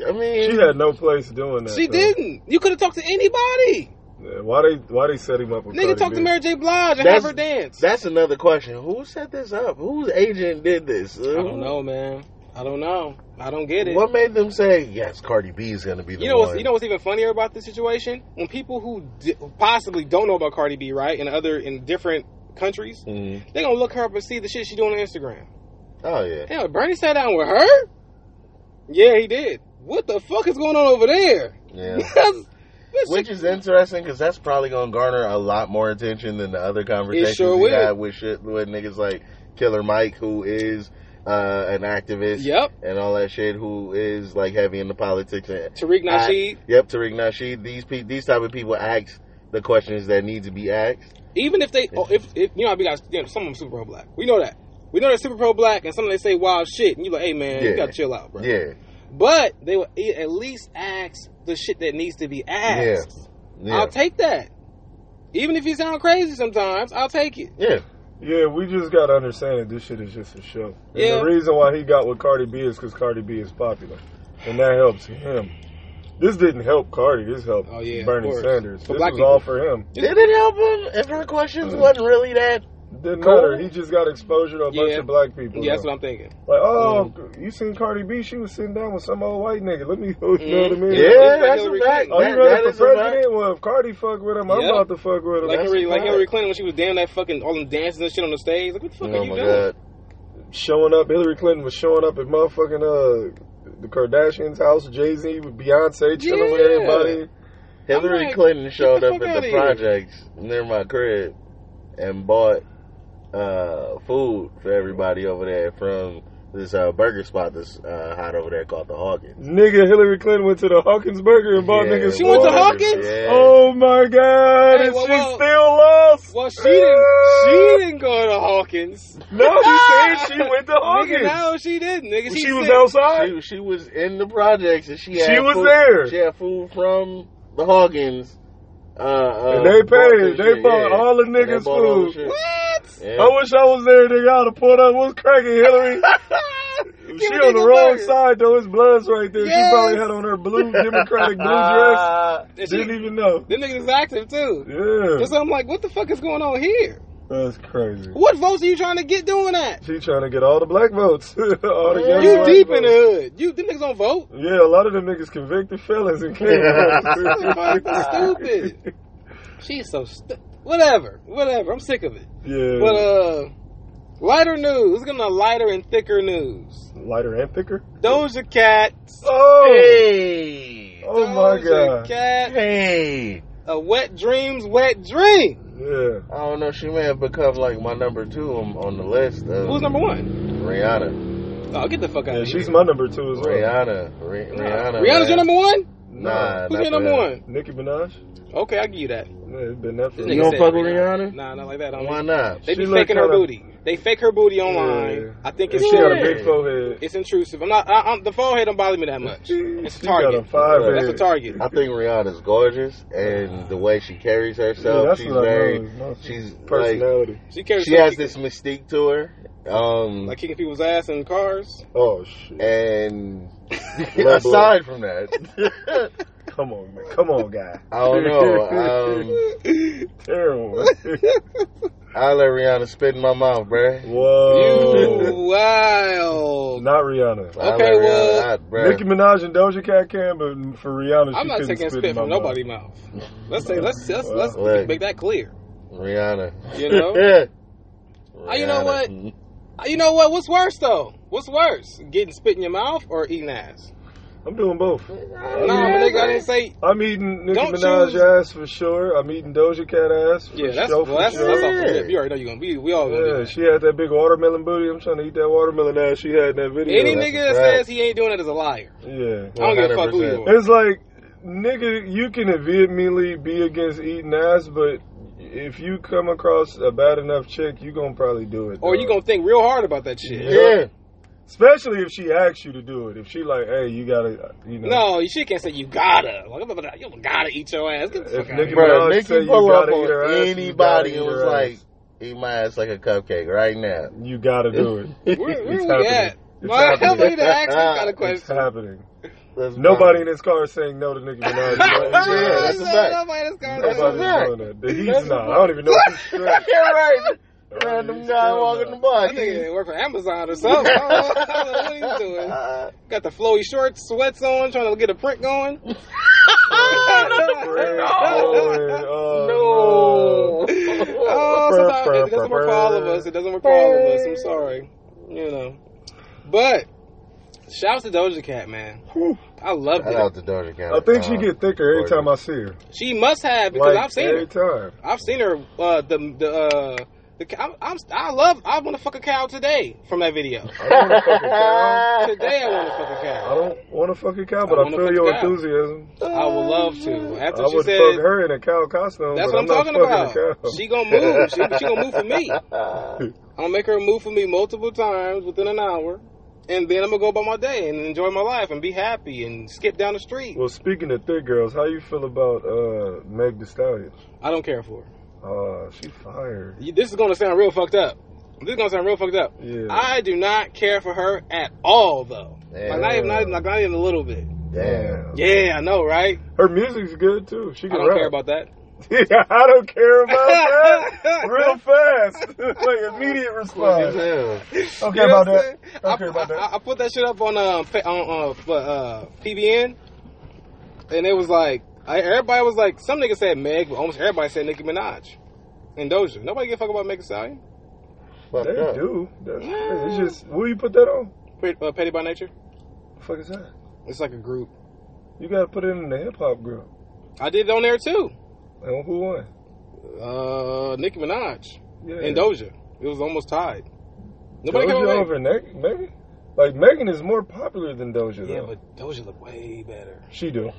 I mean She had no place doing that. She though. didn't. You could have talked to anybody. Yeah, why they why they set him up with Cardi Nigga, talk to B? Mary J. Blige and That's- have her dance. That's another question. Who set this up? Whose agent did this? I don't know, man. I don't know. I don't get it. What made them say yes? Cardi B is gonna be the You know one. what's you know what's even funnier about this situation? When people who di- possibly don't know about Cardi B, right, in other in different countries, Mhm. they gonna look her up and see the shit she doing on Instagram. Oh yeah. Hell, Bernie sat down with her. Yeah, he did. What the fuck is going on over there? Yeah. Because this Which shit- is interesting because that's probably gonna garner a lot more attention than the other conversations sure we will. had with shit with niggas like Killer Mike, who is uh, an activist, yep, and all that shit, who is like heavy into politics. And, Tariq I- Nasheed. yep, Tariq Nasheed. These pe- these type of people ask the questions that need to be asked. Even if they, oh, if, if you know, I be guys, you know, some of them super pro black. We know that. We know they're super pro black, and some of them they say wild shit, and you like, hey man, Yeah. you gotta chill out, bro. Yeah, But they will e- at least ask the shit that needs to be asked. yeah, I'll take that. Even if you sound crazy sometimes, I'll take it. yeah. Yeah, we just gotta understand that this shit is just a show. And Yeah. the reason why he got with Cardi B is because Cardi B is popular, and that helps him. This didn't help Cardi. This helped Oh, yeah, of Bernie course. Sanders. For this black was all for him. Did it help him if her Mm. questions wasn't really that? Didn't Cool. matter. He just got exposure to a bunch Yeah. of black people. Yeah, that's though. what I'm thinking. like, oh, you seen Cardi B? She was sitting down with some old white nigga. Let me, you know what I mean? Yeah, Yeah, it's like that's Hillary a fact. Clinton. Oh, That, you ready that for is a fact. president? Well, if Cardi fuck with him, I'm Yeah. about to fuck with him. Like That's Hillary, a like fact. Hillary Clinton when she was down that fucking all them dances and shit on the stage. Like what the fuck are Oh you my doing? god. showing up. Hillary Clinton was showing up at motherfucking uh the Kardashians' house, Jay Z with Beyonce chilling with Yeah. everybody. Hillary I'm like, Clinton showed the up fuck at outta the here. projects near my crib and bought uh, food for everybody over there from this uh, burger spot that's uh, hot over there called the Hawkins. Nigga, Hillary Clinton went to the Hawkins Burger and bought Yeah, niggas. She went to food. Hawkins? Yeah. Oh my god, Hey, and well, she well- still lost. Well, she didn't. She didn't go to Hawkins. No, she said she went to Hawkins. Nigga, no, she didn't. Nigga, she, she, was said- outside. She, she was in the projects and she She had was food, there. She had food from the Hawkins. Uh, uh, and they bought this paid. They shit, bought yeah. all the And they niggas bought all the food. shit. What? Yeah. I wish I was there, nigga. I'd have pulled up. What's cracking, Hillary? Give she a on the nigga wrong burger. side, though. It's bloods right there. Yes. She probably had on her blue Democratic blue dress. Uh, And she, Didn't even know. them niggas is active too. Yeah. So I'm like, what the fuck is going on here? That's crazy. What votes are you trying to get doing that? She trying to get all the black votes. all the young You black deep in votes. the hood. You them niggas don't vote. Yeah, a lot of them niggas convicted felons and can't vote. stupid. She's so stu- whatever, whatever. I'm sick of it. Yeah. But uh, lighter news. It's gonna lighter and thicker news. Lighter and thicker? Doja Cat. Oh! Hey. Oh my Doja god. Cat. Hey. A wet dreams, wet dream. Yeah. I don't know. She may have become like my number two on, on the list. Of Who's number one? Rihanna. Oh, get the fuck out Yeah, of here. she's my number two as well. Rihanna. Ri- Nah. Rihanna. Rihanna's man. your number one. Nah. Who's not your number for one? Nicki Minaj? Okay, I give you that. Yeah, it's been that for This You nigga don't said fuck with Rihanna? Nah, not like that. I that. don't Why not? They be She look faking her kinda- booty. They fake her booty online. Yeah. I think And it's she got a shit. big forehead. It's intrusive. I'm not. I, I'm, the forehead don't bother me that much. It's a She got a target. five That's a head. target. I think Rihanna's gorgeous, and the way she carries Yeah, herself, that's she's what I very. know. she's personality. She carries. She has this mystique to her, um, like kicking people's ass in cars. oh shit! and Love aside from that, Come on, man. Come on, guy. I don't know. Um, Terrible. I let Rihanna spit in my mouth, bruh. Whoa. You wild. Not Rihanna. I let Okay, well, Rihanna out, bruh. Nicki Minaj and Doja Cat can, but for Rihanna, she I'm not couldn't taking spit spit in my from mouth. nobody's mouth. Let's say let's let's, let's Look. make that clear. Rihanna. You know? Rihanna. Ah, you know what? Uh, You know what? What's worse though? What's worse, getting spit in your mouth or eating ass? I'm doing both. No, nah, but nigga, I didn't say. I'm eating Nicki Don't Minaj choose- ass for sure. I'm eating Doja Cat ass for Yeah, that's sure. well, for that's, sure. that's off Yeah. the rip. You already know you're gonna be. We all gonna do yeah, that. she had that big watermelon booty. I'm trying to eat that watermelon ass she had in that video. Any that's nigga that a fact. says he ain't doing it is a liar. Yeah. I don't give a fuck who you 100%. are. It's like, nigga, you can vehemently be against eating ass, but if you come across a bad enough chick, you gonna probably do it. Or dog. you gonna think real hard about that shit. Yeah. especially if she asks you to do it. If she like, hey, you gotta, you know, No, you she can't say you gotta. Like, you gotta eat your ass. Get the If fuck out of nigga- here. Bro, Minaj said Nicki you pull up gotta eat her on ass, you anybody gotta and eat was her like, ass. eat my ass like a cupcake right now. you gotta do it. Where, It's where we happening. at? It's Why the hell happening. we done asked this kind of It's question? happening. That's Nobody in fine. this car is saying no to Nicki Minaj. Yeah, that's a fact. Nobody's That's a fact. doing that. He's That's a not. I don't even know if he's straight. Yeah, right. Uh, Random he's guy still walking the not. I block. think it worked for Amazon or something. I don't know, I don't know what he's doing. Got the flowy shorts, sweats on, trying to get a print going. Great going. Oh, No. Oh, sometimes it doesn't work for all of us. It doesn't work for all of us. I'm sorry. You know. But shouts to Doja Cat, man. Whew. I loved Shout it. out to Doja Cat. I think she Uh, get thicker every time I see her. She must have because like, I've seen every her. time. I've seen her. Uh, the the uh, the cow- I'm, I'm I love. I want to fuck a cow today from that I video. don't want to fuck a cow. Ah. Today I want to fuck a I cow. don't want to fuck a cow, I but I, wanna feel fuck your a cow. enthusiasm. I would love to. After I she would said, fuck her in a cow costume. "That's but what I'm talking not about," fucking a cow. she gonna move. She, she gonna move for me. I'm gonna make her move for me multiple times within an hour, and then I'm gonna go about my day and enjoy my life and be happy and skip down the street. Well, speaking of thick girls, how you feel about uh, Meg Thee Stallion? I don't care for her. Uh, she fired. You- This is gonna sound real fucked up. This is gonna sound real fucked up. Yeah. I do not care for her at all, though. Like not even, not even, like not even a little bit. Damn. Yeah, I know, right? Her music's good too. She I can don't rap. care about that. yeah, I don't care about that. Real fast, like immediate response. You Okay know about what I'm that. saying? Okay I, about I- that. I- I put that shit up on um pa- on uh, for, uh PBN, and it was like I, everybody was like, some niggas said Meg, but almost everybody said Nicki Minaj and Doja. Nobody give a fuck about Meg Thee Stallion. Fucked They up. do. That's, it's just. Will you put that on? Pretty, uh, Petty by Nature. The fuck is that? It's like a group. You gotta put it in the hip hop group. I did it on there too. And who won? Uh, Nicki Minaj Yeah. and Doja. It was almost tied. Nobody care Doja about Meg. over Neg- Megan. Like Megan is more popular than Doja. Yeah, though. but Doja look way better. she do.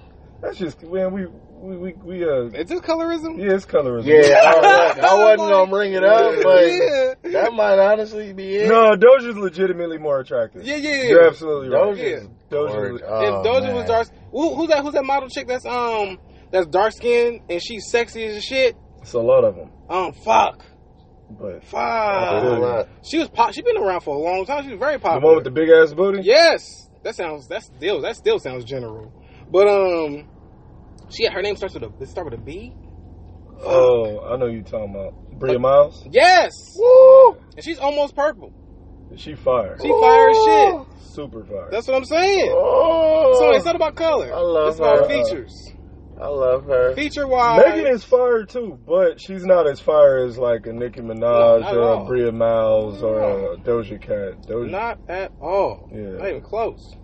That's just man. We we we, we uh. Is this colorism? Yeah, it's colorism. Yeah, I, wa- I wasn't gonna bring it up, but Oh yeah. that might honestly be it. No, Doja's legitimately more attractive. Yeah, yeah, yeah. You're absolutely right. Doja's Yeah. Doja- gorgeous. if If Oh, Doja man. was dark, who, who's that? Who's that model chick that's um that's dark skinned and she's sexy as shit? It's a lot of them, Um, fuck, but That's a fuck. lot. She was pop. She been around for a long time. She's very the one with popular. the big ass booty. Yes, that sounds. That's still. That still sounds general. But um, she her name starts with a. It start with a B. Oh, I know you talking about Bria Miles. Yes. And she's almost purple. She fire. She fire as shit. Super fire. That's what I'm saying. Oh, So it's not about color. I love it's about her. features. I love her. Feature wise. Megan is fire too, but she's not as fire as like a Nicki Minaj not at or a all. Bria Miles or No. a Doja Cat. Doja. Not at all. Yeah. Not even close.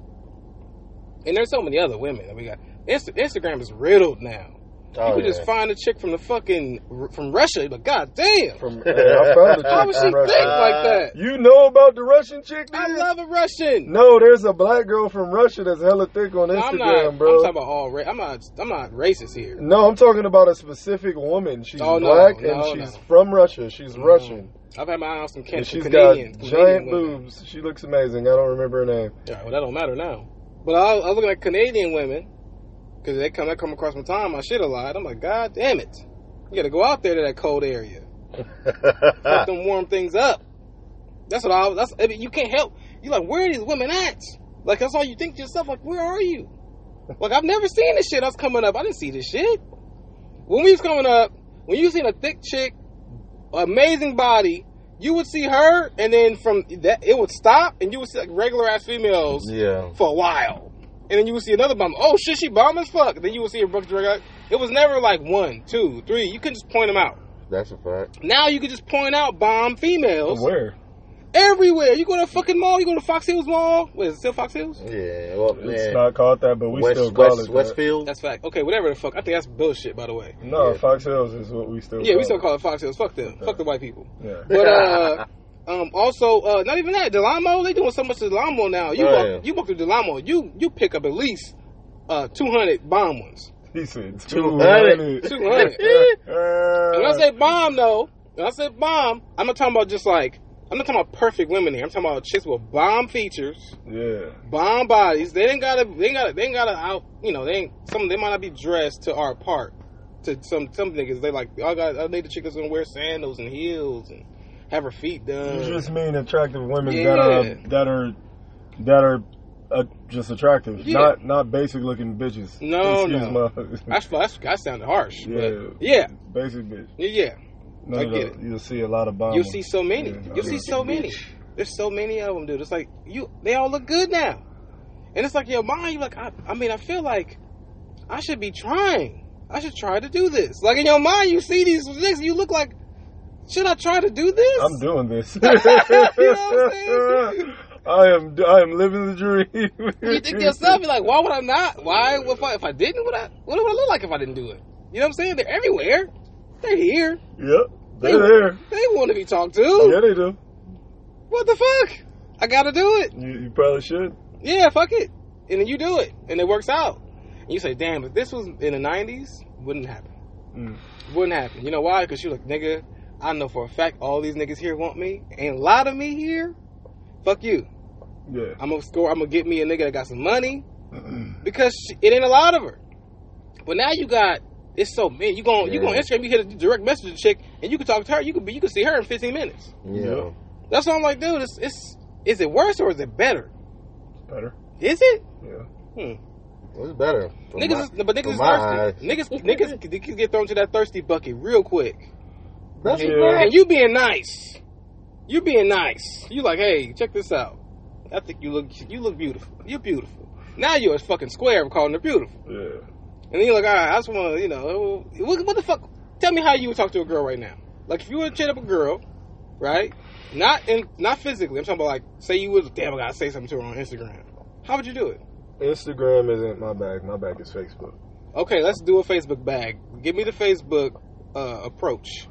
And there's so many other women that we got. Inst- Instagram is riddled now. you Oh, can yeah. just find a chick from the fucking from Russia, but goddamn, From, Hey, I found a chick how would she from think Russia. like that? You know about the Russian chick? I dude? love a Russian. No, there's a black girl from Russia that's hella thick on Instagram, I'm not. bro. I'm talking about all. Ra- I'm not. I'm not racist here. no, I'm talking about a specific woman. She's Oh, no, black no, and she's no. from Russia. She's Russian. I've had my eye on some can- And she's Canadians. got Canadian giant women. boobs. She looks amazing. I don't remember her name. All right, well, that don't matter now. But I, I was looking at Canadian women because they come, I come across my time. My shit a lot. I'm like, God damn it! You got to go out there to that cold area. Ah. let them warm things up. That's what I. was- That's I mean, you can't help. You like where are these women at? Like that's all you think to yourself. Like where are you? Like I've never seen this shit. I was coming up. I didn't see this shit when we was coming up. When you seen a thick chick, amazing body, you would see her, and then from that it would stop, and you would see like regular ass females yeah. for a while. And then you would see another bomb. Oh shit, she bomb as fuck. Then you would see a book direct. It was never like one, two, three. You could just point them out. That's a fact. Now you can just point out bomb females Where? everywhere. You go to a fucking mall. You go to Fox Hills Mall. What is it still Fox Hills? Yeah. Well, It's man. not called that, but we West, still call West, it that. Westfield. That's fact. Okay, whatever the fuck. I think that's bullshit, by the way. No, Yeah. Fox Hills is what we still. Yeah, call we still call it Fox Hills. Fuck them. Fuck the white people. it. Yeah. But uh, um, also uh, not even that. Delamo, they doing so much to Delamo now. You Oh, walk, yeah. you walk through Delamo, you you pick up at least uh two hundred bomb ones. He said 200. 200. Two hundred. When I say bomb, though, when I say bomb, I'm not talking about just like I'm not talking about perfect women here. I'm talking about chicks with bomb features. yeah. bomb bodies. They didn't gotta. They ain't gotta. They ain't gotta out. You know, they ain't, some. They might not be dressed to our part. To some some niggas, they like. I got. I need the chickens gonna wear sandals and heels and have her feet You done. just mean attractive women that Yeah. are that are that are uh, just attractive, Yeah. not not basic looking bitches. No, Excuse no. my That's, that's that sounded harsh. Yeah. But yeah, basic bitch. yeah. No, I no, get it. You'll see a lot of bombs. You see so many. Yeah, You I see get so many. There's so many of them, dude. It's like you. They all look good now, and it's like your mind. You're like, I, I mean, I feel like I should be trying. I should try to do this. Like in your mind, you see these things. You look like, should I try to do this? I'm doing this. know what I'm saying? I am. do- I am living the dream. you think to yourself, you're like, why would I not? Why if I, if I didn't, would I? What would I look like if I didn't do it? You know what I'm saying? They're everywhere. They're here. Yep, they're there. They want to be talked to. Yeah, they do. What the fuck? I gotta do it. You, you probably should. Yeah, fuck it. And then you do it, and it works out. And you say, damn, if this was in the '90s, wouldn't happen. Mm. Wouldn't happen. You know why? Because you're like, nigga, I know for a fact all these niggas here want me. Ain't a lot of me here. Fuck you. Yeah. I'm gonna score. I'm gonna get me a nigga that got some money because she, it ain't a lot of her. But now you got it's so man. You going to you going Yeah. Instagram. You hit a direct message to chick, and you can talk to her. You can be you can see her in 15 minutes. Yeah. That's what I'm like, dude. It's it's is it worse or is it better? Better. Is it? Yeah. What's better? From Niggas, my- is, but niggas from is my thirsty. eyes. Niggas, niggas, niggas get thrown to that thirsty bucket real quick. That's Yeah. right. And you being nice, you being nice. You like, hey, check this out. I think you look, you look beautiful. You're beautiful. Now you're a fucking square for calling her beautiful. Yeah. And then you're like, all right, I just want to, you know, what, what the fuck? Tell me how you would talk to a girl right now. Like, if you were to chat up a girl, right? Not in, not physically. I'm talking about like, say you would, damn, I gotta say something to her on Instagram. How would you do it? Instagram isn't my bag. My bag is Facebook. Okay, let's do a Facebook bag. Give me the Facebook uh, approach.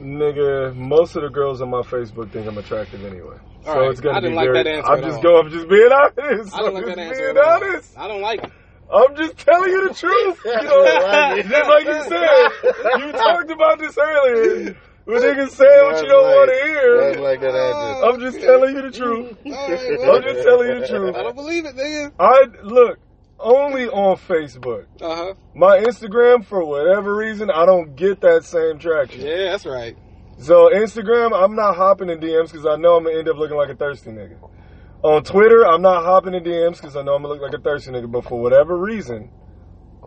Nigga, most of the girls on my Facebook think I'm attractive anyway. so Alright, it's gonna I didn't be like very, that answer I'm at just all. going. I'm just being honest. I don't am like just that answer. being at all. honest. I don't like it. I'm just telling you the truth. You know, just like you said, you talked about this earlier. When niggas saying what you don't want to That's hear, like that answer. I'm just telling you the truth. All right, well, I'm just telling you the truth. I don't believe it, nigga. I look only on Facebook. Uh huh. My Instagram, for whatever reason, I don't get that same traction. Yeah, that's right. So Instagram, I'm not hopping in DMs because I know I'm gonna end up looking like a thirsty nigga. On Twitter, I'm not hopping in DMs because I know I'm gonna look like a thirsty nigga. But for whatever reason,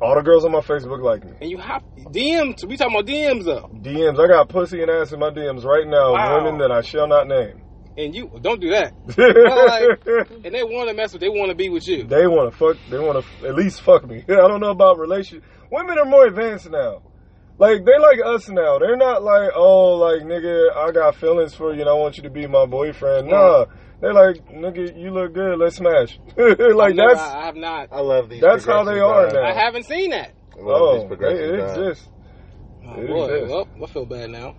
all the girls on my Facebook like me. And you hop DMs. We talking about DMs though. DMs. I got pussy and ass in my DMs right now. Wow. Women that I shall not name. And you don't do that. they And they want to mess with. They want to be with you. want to fuck. They want to at least fuck me. I don't know about relation. Women are more advanced now. Like they like us now. They're not like oh like nigga I got feelings for you and I want you to be my boyfriend. Nah. They like nigga you look good. Let's smash. like No, that's I, I have not. I love these. That's how they are progressions, I now. haven't seen that. dog. I love oh these it, progressions, it dog. exists. Oh, It boy, exists. well, I feel bad now.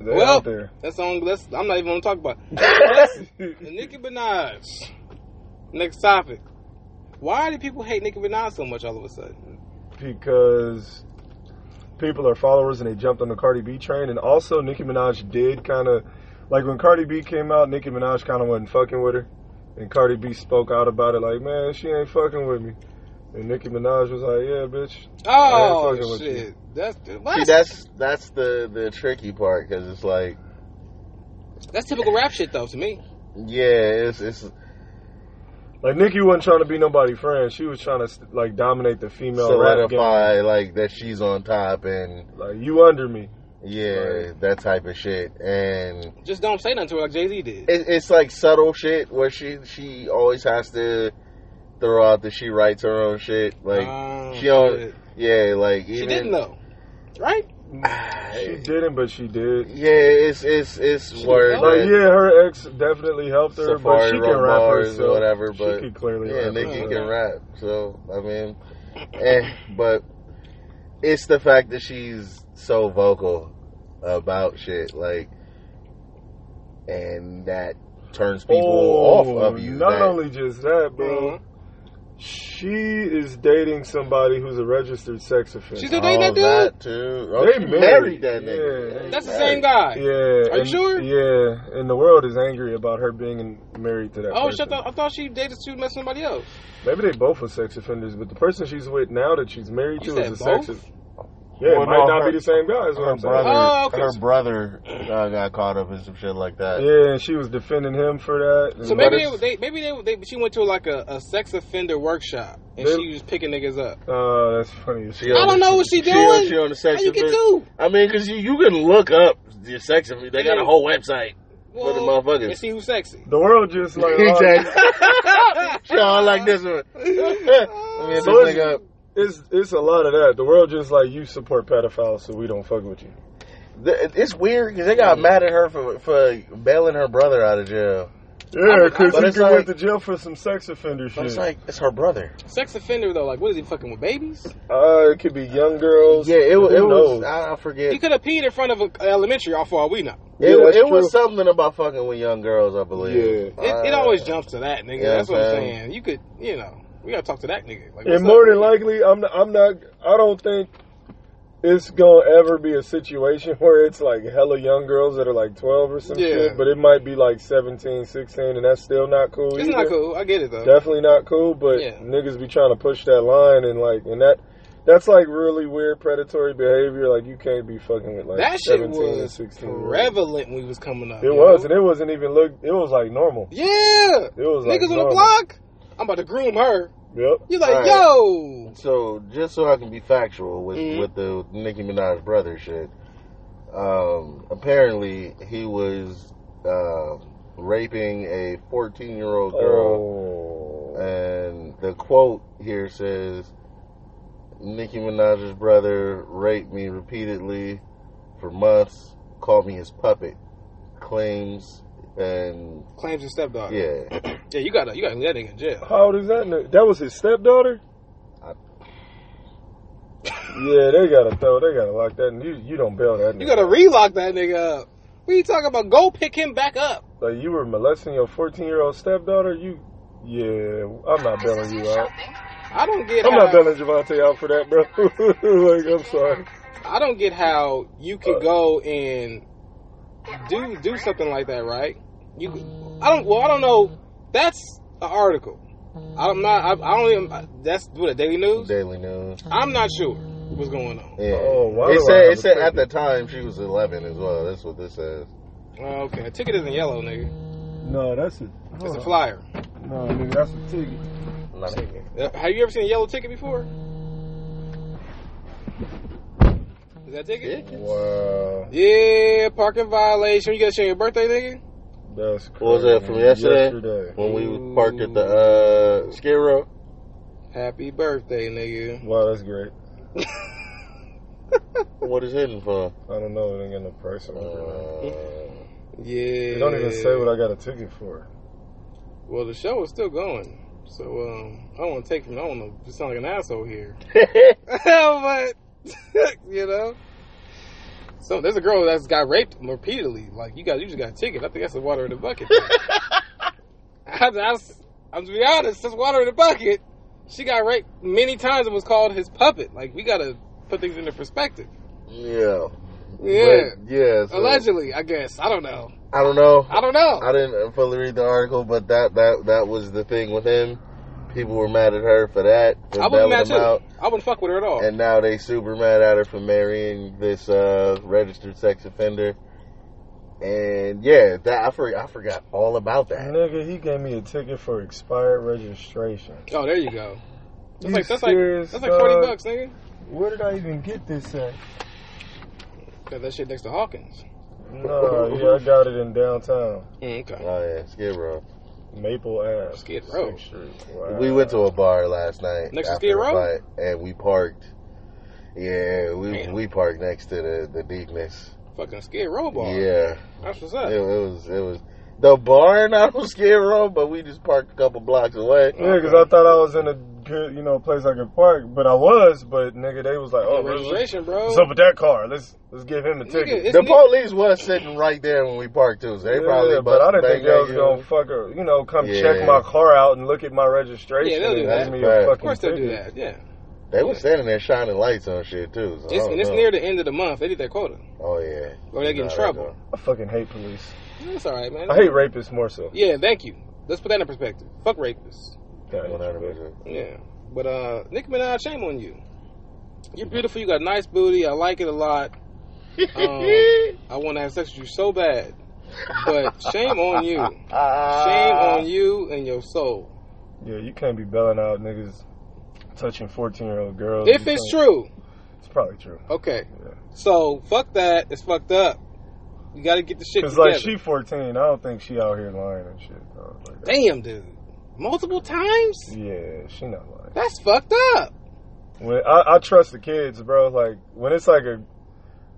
They're well, out there. that's on. That's I'm not even gonna talk about. it. Nicki Minaj. Next topic. Why do people hate Nicki Minaj so much all of a sudden? because people are followers and they jumped on the Cardi B train. And also, Nicki Minaj did kind of like when Cardi B came out, Nicki Minaj kind of wasn't fucking with her, and Cardi B spoke out about it like, man, she ain't fucking with me. And Nicki Minaj was like, yeah, bitch. Oh ain't fucking with shit! you. That's See, that's, that's that's that's the the tricky part because it's like, typical rap shit though to me. yeah, it's it's Like Nicki wasn't trying to be nobody friend. She was trying to like dominate the female rap game. solidify like that she's on top and Like you under me. yeah Right. that type of shit and Just don't say nothing to her like Jay Z did. it, it's like subtle shit where she she always has to throw out that she writes her own shit like Oh, she don't shit. yeah like She even, didn't though, right? She didn't, but she did. yeah it's it's it's She word don't. Like that yeah, her ex definitely helped her, but Safari she can Roll rap bars or herself. whatever, but- she could clearly yeah rap Nicki herself. can rap so I mean eh, but it's the fact that she's so vocal about shit like and that turns people off of you Oh, Not that- only just that, bro. Mm-hmm. She is dating somebody who's a registered sex offender. She's a- They Oh, that dude? too. They Oh, she married. married that nigga. Yeah. They That's the married. same guy. yeah. Are you sure? Yeah, and the world is angry about her being in- married to that. Oh, person. shut up! I thought she dated she met somebody else. Maybe they both are sex offenders, but the person she's with now that she's married You to said is a sex. both? offender. Yeah, Well, it might no, not her- be the same guy. Is what Her I'm saying. brother, Oh, okay. her brother uh, got caught up in some shit like that. Yeah, and she was defending him for that. and So maybe others. they, they maybe they, they she went to like a, a sex offender workshop and They- she was picking niggas up. Oh, that's funny. as She shit. I don't know what she doing. She, she on the sex How you can offender- do? I mean, because you, you can look up your sex offender. They got a whole website. the motherfuckers. And see who's sexy. The world just like oh, Exactly. Y'all like this one. I mean, So this nigga, it's it's a lot of that. The world just like you support pedophiles, so we don't fuck with you. th- it's weird because they got mad at her for for bailing her brother out of jail. Yeah, But because he it's could like- went to jail for some sex offender But it's shit. like it's her brother. Sex offender though, like what is he fucking with babies? uh, it could be young girls. Yeah, it was. Who It was knows? I, I forget. He could have peed in front of a a elementary, all for all we know. It, Yeah, that's it was true. something about fucking with young girls, I believe. Yeah. It, it Uh, always jumps to that nigga. yeah, That's what I'm man. saying. You could, you know, we gotta talk to that nigga. Like, what's And more up? than likely, I'm not, I'm not. I don't think it's gonna ever be a situation where it's like hella young girls that are like 12 or some Yeah. shit. But it might be like 17, 16, and that's still not cool. it's either. not cool. I get it though. Definitely not cool. But Yeah. niggas be trying to push that line and like and that. That's like really weird predatory behavior. Like you can't be fucking with like that shit 17 and was 16. prevalent when we was coming up. It yo. was, and it wasn't even look. It was like normal. Yeah, It was like niggas on the normal. block. I'm about to groom her. Yep. You like, Right. yo, So just so I can be factual with Mm-hmm. Mhm. with the Nicki Minaj brother shit, um, apparently he was uh, raping a fourteen year old girl, Oh. and the quote here says, "Nicki Minaj's brother raped me repeatedly for months, called me his puppet, claims, and claims your stepdaughter. yeah, Yeah, you gotta, you gotta leave that nigga in jail. How old is that? nigga? That was his stepdaughter. I- Yeah, they gotta throw. They gotta lock that. You you don't bail that. You nigga. gotta relock that nigga up. What you talking about? Go pick him back up. Like you were molesting your fourteen year old stepdaughter. You. Yeah, I'm not bailing you out. I don't get. I'm how, not bailing Javante out for that, bro. like I'm sorry. I don't get how you could Uh, go and do do something like that, right? You, I don't. Well, I don't know. That's an article. I'm not. I, I don't even. That's what a daily news. Daily News." I'm not sure what's going on. Yeah. Oh, why it do I have said it a said at ticket? the time she was 11 as well. That's what this says. Oh, okay, a ticket isn't yellow, nigga. No, that's it. It's a flyer. No, nigga, that's a ticket. Not Uh, Have you ever seen a yellow ticket before? Is that a ticket? Wow, Yeah, parking violation. You gotta show your birthday, nigga. that's crazy. was that, from yesterday? Yesterday. When we was parked at the uh, skid row. Happy birthday, nigga. Wow, that's great. What is hidden for? I don't know. It ain't got no price on Uh, it. really. Yeah. Uh, They don't even say what I got a ticket for. Well, the show is still going, so um, I don't want to take from. I don't want to sound like an asshole here, but you know. So there's a girl that's got raped repeatedly. Like you got, you just got a ticket. I think that's the water in the bucket. thing. I, I was, I'm to be honest, that's water in the bucket. She got raped many times and was called his puppet. Like we gotta put things into perspective. yeah. Yeah, But, yeah. so- allegedly, I guess. I don't know. I don't know. I don't know. I didn't fully read the article, but that that that was the thing with him. People were mad at her for that. For I wouldn't bailing mad him out. too. I wouldn't fuck with her at all. and now they super mad at her for marrying this uh, registered sex offender. And yeah, that I forgot. I forgot all about that. Nigga, he gave me a ticket for expired registration. Oh, there you go. That's You like that's like serious, that's like forty dog? bucks, nigga. Where did I even get this at? Got that shit next to Hawkins. No, yeah, I got it in downtown. Mm, okay. Oh yeah, Skid Row. Maple Ave. Skid Row. Sixth Street. Wow. We went to a bar last night. Next to after Skid the Row? fight, and we parked. Yeah, we Damn. we parked next to the the deepness. Fucking Skid Row bar. Yeah, That's what's it, up. it was it was the bar not on Skid Row, but we just parked a couple blocks away. Yeah, because I thought I was in a good, you know, place I could park, but I was. But nigga, they was like, "Oh, Oh, what's- registration, bro. what's up with that car? Let's let's give him a ticket." Nigga, it's The ni- police was sitting right there when we parked too, so they probably. yeah, but I didn't bang- think they was bang- gonna fuck her. You know, come Yeah. check my car out and look at my registration. Yeah, they'll do and that. give me a Right. Of Of fucking course they'll do ticket. that. Yeah. They were standing there shining lights on shit too. So I It's, don't and it's know. near the end of the month. They did their quota. Oh yeah. Or they get in Nah, trouble. I fucking hate police. That's all right, man. I hate rapists more so. Yeah. Thank you. Let's put that in perspective. Fuck rapists. they don't. 100%. Yeah. But uh, Nicki Minaj, shame on you. You're beautiful. You got a nice booty. I like it a lot. Um, I want to have sex with you so bad. But shame on you. Shame on you and your soul. Yeah, you can't be belling out niggas touching 14 year old girls. If You it's can't- true. It's probably true. Okay. Yeah. So fuck that. It's fucked up. You got to get the shit Because, together. like, she 14. I don't think she out here lying and shit, though. Like, that- Damn, dude. Multiple times? yeah, she not lying. That's fucked up. When I, I trust the kids, bro. Like, when it's like a,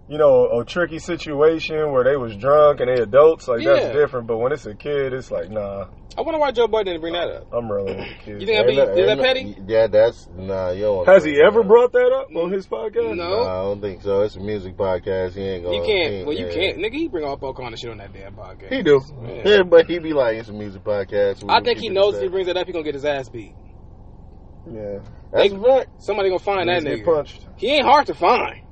you know, a tricky situation where they was drunk and they adults, like, Yeah. that's different. But when it's a kid, it's like, nah, I wonder why Joe Budden didn't bring that up. I'm rolling with the kids. You think That'd be- Ain't no- is that ain't no- petty? Yeah, that's nah. You don't wanna Has say he that. ever brought that up on his podcast? Nah, No. I don't think so. It's a music podcast. He ain't gonna. You Oh, he ain't- can't. Well, you yeah. can't. Nigga, he bring up all kind of shit on that damn podcast. He do. Yeah. Yeah. but he be like, it's a music podcast. We I gonna think keep he it knows if he safe. brings that up, he gonna get his ass beat. Yeah. That's a fact. Somebody gonna find that Niggas get nigga. punched. He ain't hard to find.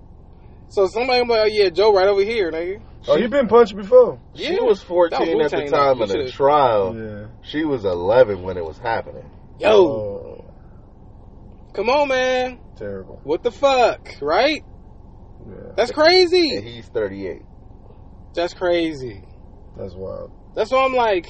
So somebody gonna be like, oh yeah, Joe right over here, nigga. Oh, he been punched before. She was 14 That at was the Wu-Tang, time though. of You the should've- trial. Yeah. She was 11 when it was happening. Yo, Oh, come on, man. terrible. What the fuck, right? Yeah, That's crazy. And he's 38. That's crazy. that's wild. That's why I'm like,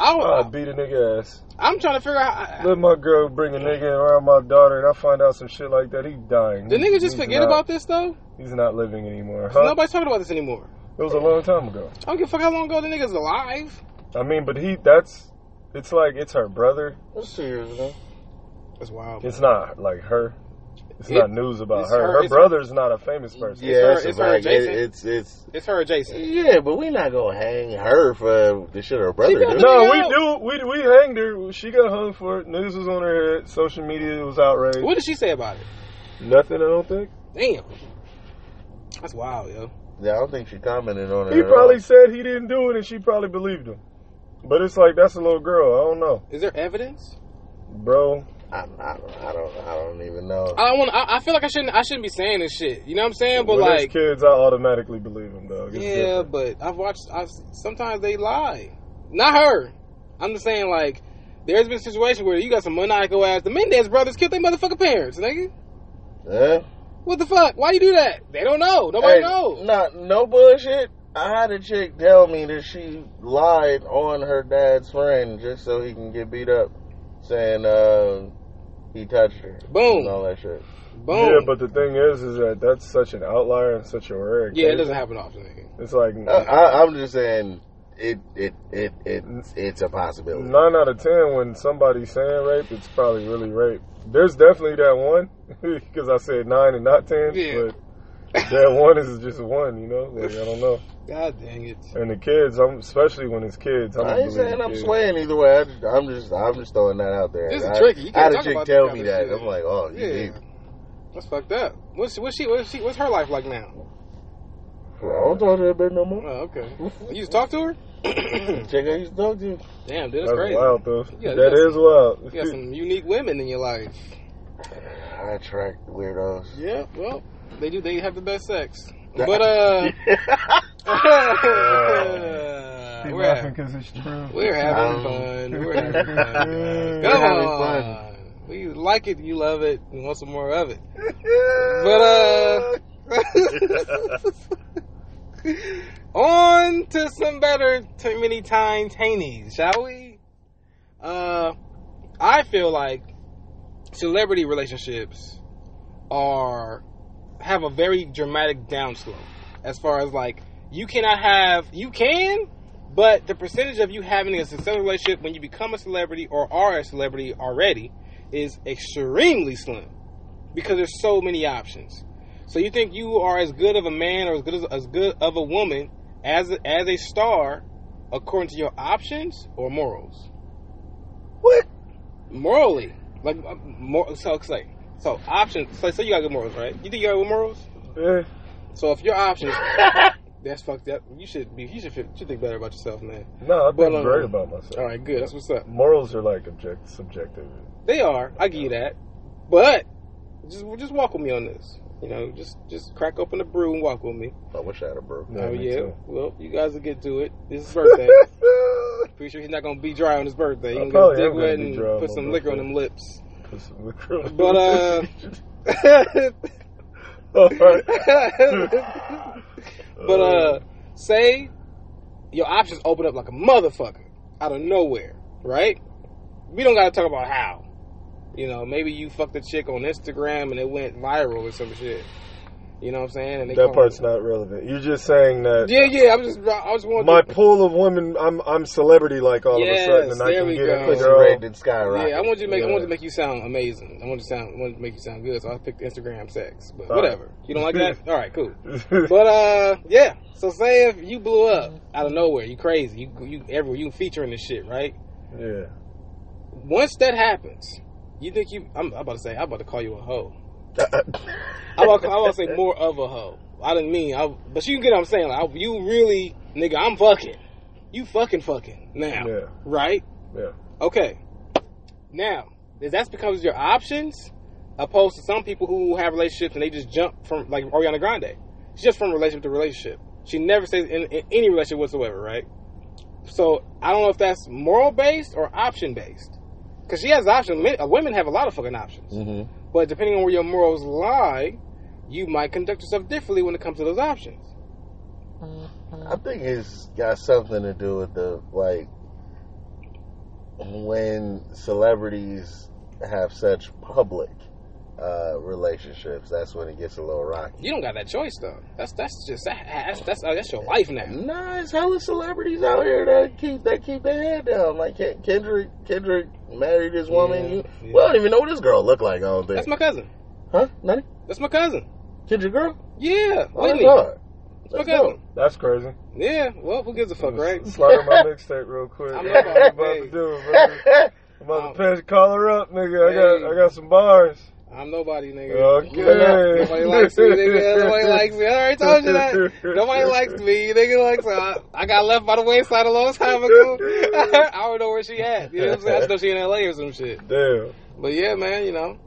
I, I don't beat a nigga ass. I'm trying to figure out. Let my girl bring a nigga around my daughter, and I find out some shit like that. He dying. Did niggas He's just forget not- about this though? He's not living anymore. 'Cause Huh? Nobody's talking about this anymore. It was a long time ago. I don't give a fuck how long ago the nigga's alive. I mean, but he—that's. It's like it's her brother. That's serious, man. That's wild. It's not like her. It's It- not news about it's her. her- Her it's her- brother's not a famous person. Yeah, It's her- it's it's a her fact. It, adjacent. it's, it's, It's her adjacent. yeah, but we not gonna hang her for the shit her brother got do. the- No, Figure we out. do. We we hanged her. She got hung for it. Niggas was on her head. Social media was outraged. What did she say about it? Nothing, I don't think. Damn. That's wild, yo. Yeah, I don't think she commented on uh, it. He at probably all. said he didn't do it, and she probably believed him. But it's like that's a little girl. I don't know, Is there evidence? bro. I, I, don't- I don't. I don't even know. I don't want. I, I feel like I shouldn't. I shouldn't be saying this shit. You know what I'm saying? But When it's like, kids, I automatically believe him, dog. It's yeah. different. But I've watched. I've sometimes they lie. Not her. I'm just saying like, there's been a situation where you got some maniacal ass. The Mendez brothers killed their motherfucking parents, nigga. Huh? What the fuck? Why you do that? They don't know. Nobody Hey, knows. Nah, no bullshit. I had a chick tell me that she lied on her dad's friend just so he can get beat up, saying uh, he touched her. Boom. And all that shit. Boom. yeah. But the thing is, is that that's such an outlier and such a rare. yeah, it case. doesn't happen Uh, often, nigga. It's like I, I, I'm just saying it, it, it, it, it's a possibility. nine out of ten when somebody's saying rape, it's probably really rape. There's definitely that one because I said nine and not ten, Yeah. but that one is just one. You know, like I don't know. God dang it. And the kids, I'm especially when it's kids. I'm I ain't saying I'm swaying either way. I just, I'm just, I'm just throwing that out there. This is I- tricky. You I can't had a talk chick about tell this me kind that. of shit. I'm like, oh, you Yeah. deep. That's fucked up. What's what's she what's she what's her life like now? I don't talk to that bitch no more. Oh, okay. You used to talk to her? Chick I used to talk to. Damn, dude, that's, That's crazy. wild though. Yeah, you that got is wild. You got some unique women in your life. I attract weirdos. Yeah, well, they do. They have the best sex. But uh, we're, having, because it's true. we're having Um, fun. We're having fun. guys. Come having on, fun. we like it. You love it. We want some more of it. But uh, on to some better t- many times Haney's, shall we? Uh, I feel like celebrity relationships are have a very dramatic downslope as far as like you cannot have you can but the percentage of you having a successful relationship when you become a celebrity or are a celebrity already is extremely slim because there's so many options. So you think you are as good of a man or as good as, as good of a woman as a, as a star according to your options or morals? What? Morally, like uh, mor- so it's like so options. So, so you got good morals, right? You think you got good morals? Yeah. So if your options, that's fucked up. You should be. You should, feel, you should think better about yourself, man. No, I've But, been um, great about myself. All right, good. That's what's up. Morals are like object, subjective. They are. I give you that. But just just walk with me on this. You know, just just crack open the brew and walk with me. I wish I had a bro. Oh me yeah. too. Well, you guys will get to it. This is his birthday. Pretty sure he's not gonna be dry on his birthday. I He's probably gonna dig am gonna wet be and dry on put my some liquor birthday. on them lips. Put some liquor on But it. uh But uh, say your options open up like a motherfucker out of nowhere, right? We don't gotta talk about how. You know, maybe you fucked a chick on Instagram and it went viral or some shit. You know what I'm saying? And they that call- part's not relevant. You're just saying that Yeah, yeah. I'm just, I just want my pool of women, I'm I'm celebrity like all Yes, of a sudden, and I there can we get go. any Pussy girl. rate did skyrocket. Yeah, I want you to make I want Yeah. to make you sound amazing. I want you to sound I want to make you sound good. So I picked Instagram sex, but All right. whatever. You don't like that? All right, cool. But uh, yeah. So say if you blew up out of nowhere, you crazy, you you everywhere, you featuring this shit, right? yeah, Once that happens, you think you? I'm, I'm about to say I'm about to call you a hoe. I'm about, I'm about to say more of a hoe. I didn't mean, I, but you get what I'm saying. Like, I- you really, nigga, I'm fucking. You fucking fucking now, Yeah. right? yeah. Okay. Now, is that becomes your options, opposed to some people who have relationships and they just jump from like Ariana Grande. She's just from relationship to relationship. She never stays in, in any relationship whatsoever, right? So I don't know if that's moral based or option based, because she has options. Men- uh, Women have a lot of fucking options, Mhm. but depending on where your morals lie, you might conduct yourself differently when it comes to those options. I think it's got something to do with the like when celebrities have such public uh, relationships. That's when it gets a little rocky. You don't got that choice though. That's that's just that, that's that's, uh, that's your life now. Nah, it's hella celebrities out here that keep that keep their head down. Like Ken- Kendrick, Kendrick married this woman. Yeah, you, yeah. we don't even know what this girl look like. I don't think. That's my cousin. huh? Nutty? That's my cousin. Kendrick girl? Yeah, Oh, that's Whitney. hard. my That's cousin. dope. That's crazy. Yeah, well, who gives a fuck, right? Slide on my mixtape real quick. I'm I'm not about to about pay. Oh. to do it, brother. I'm about to pitch, call her up, nigga. I Hey. got I got some bars. I'm nobody, nigga. Okay. Nobody likes me, nigga. Nobody likes me. I already told you that. Nobody likes me. Nigga likes I, I got left by the wayside a long time ago. I don't know where she at. You know what I'm saying? I just know she in LA or some shit. Damn. But yeah, man, you know.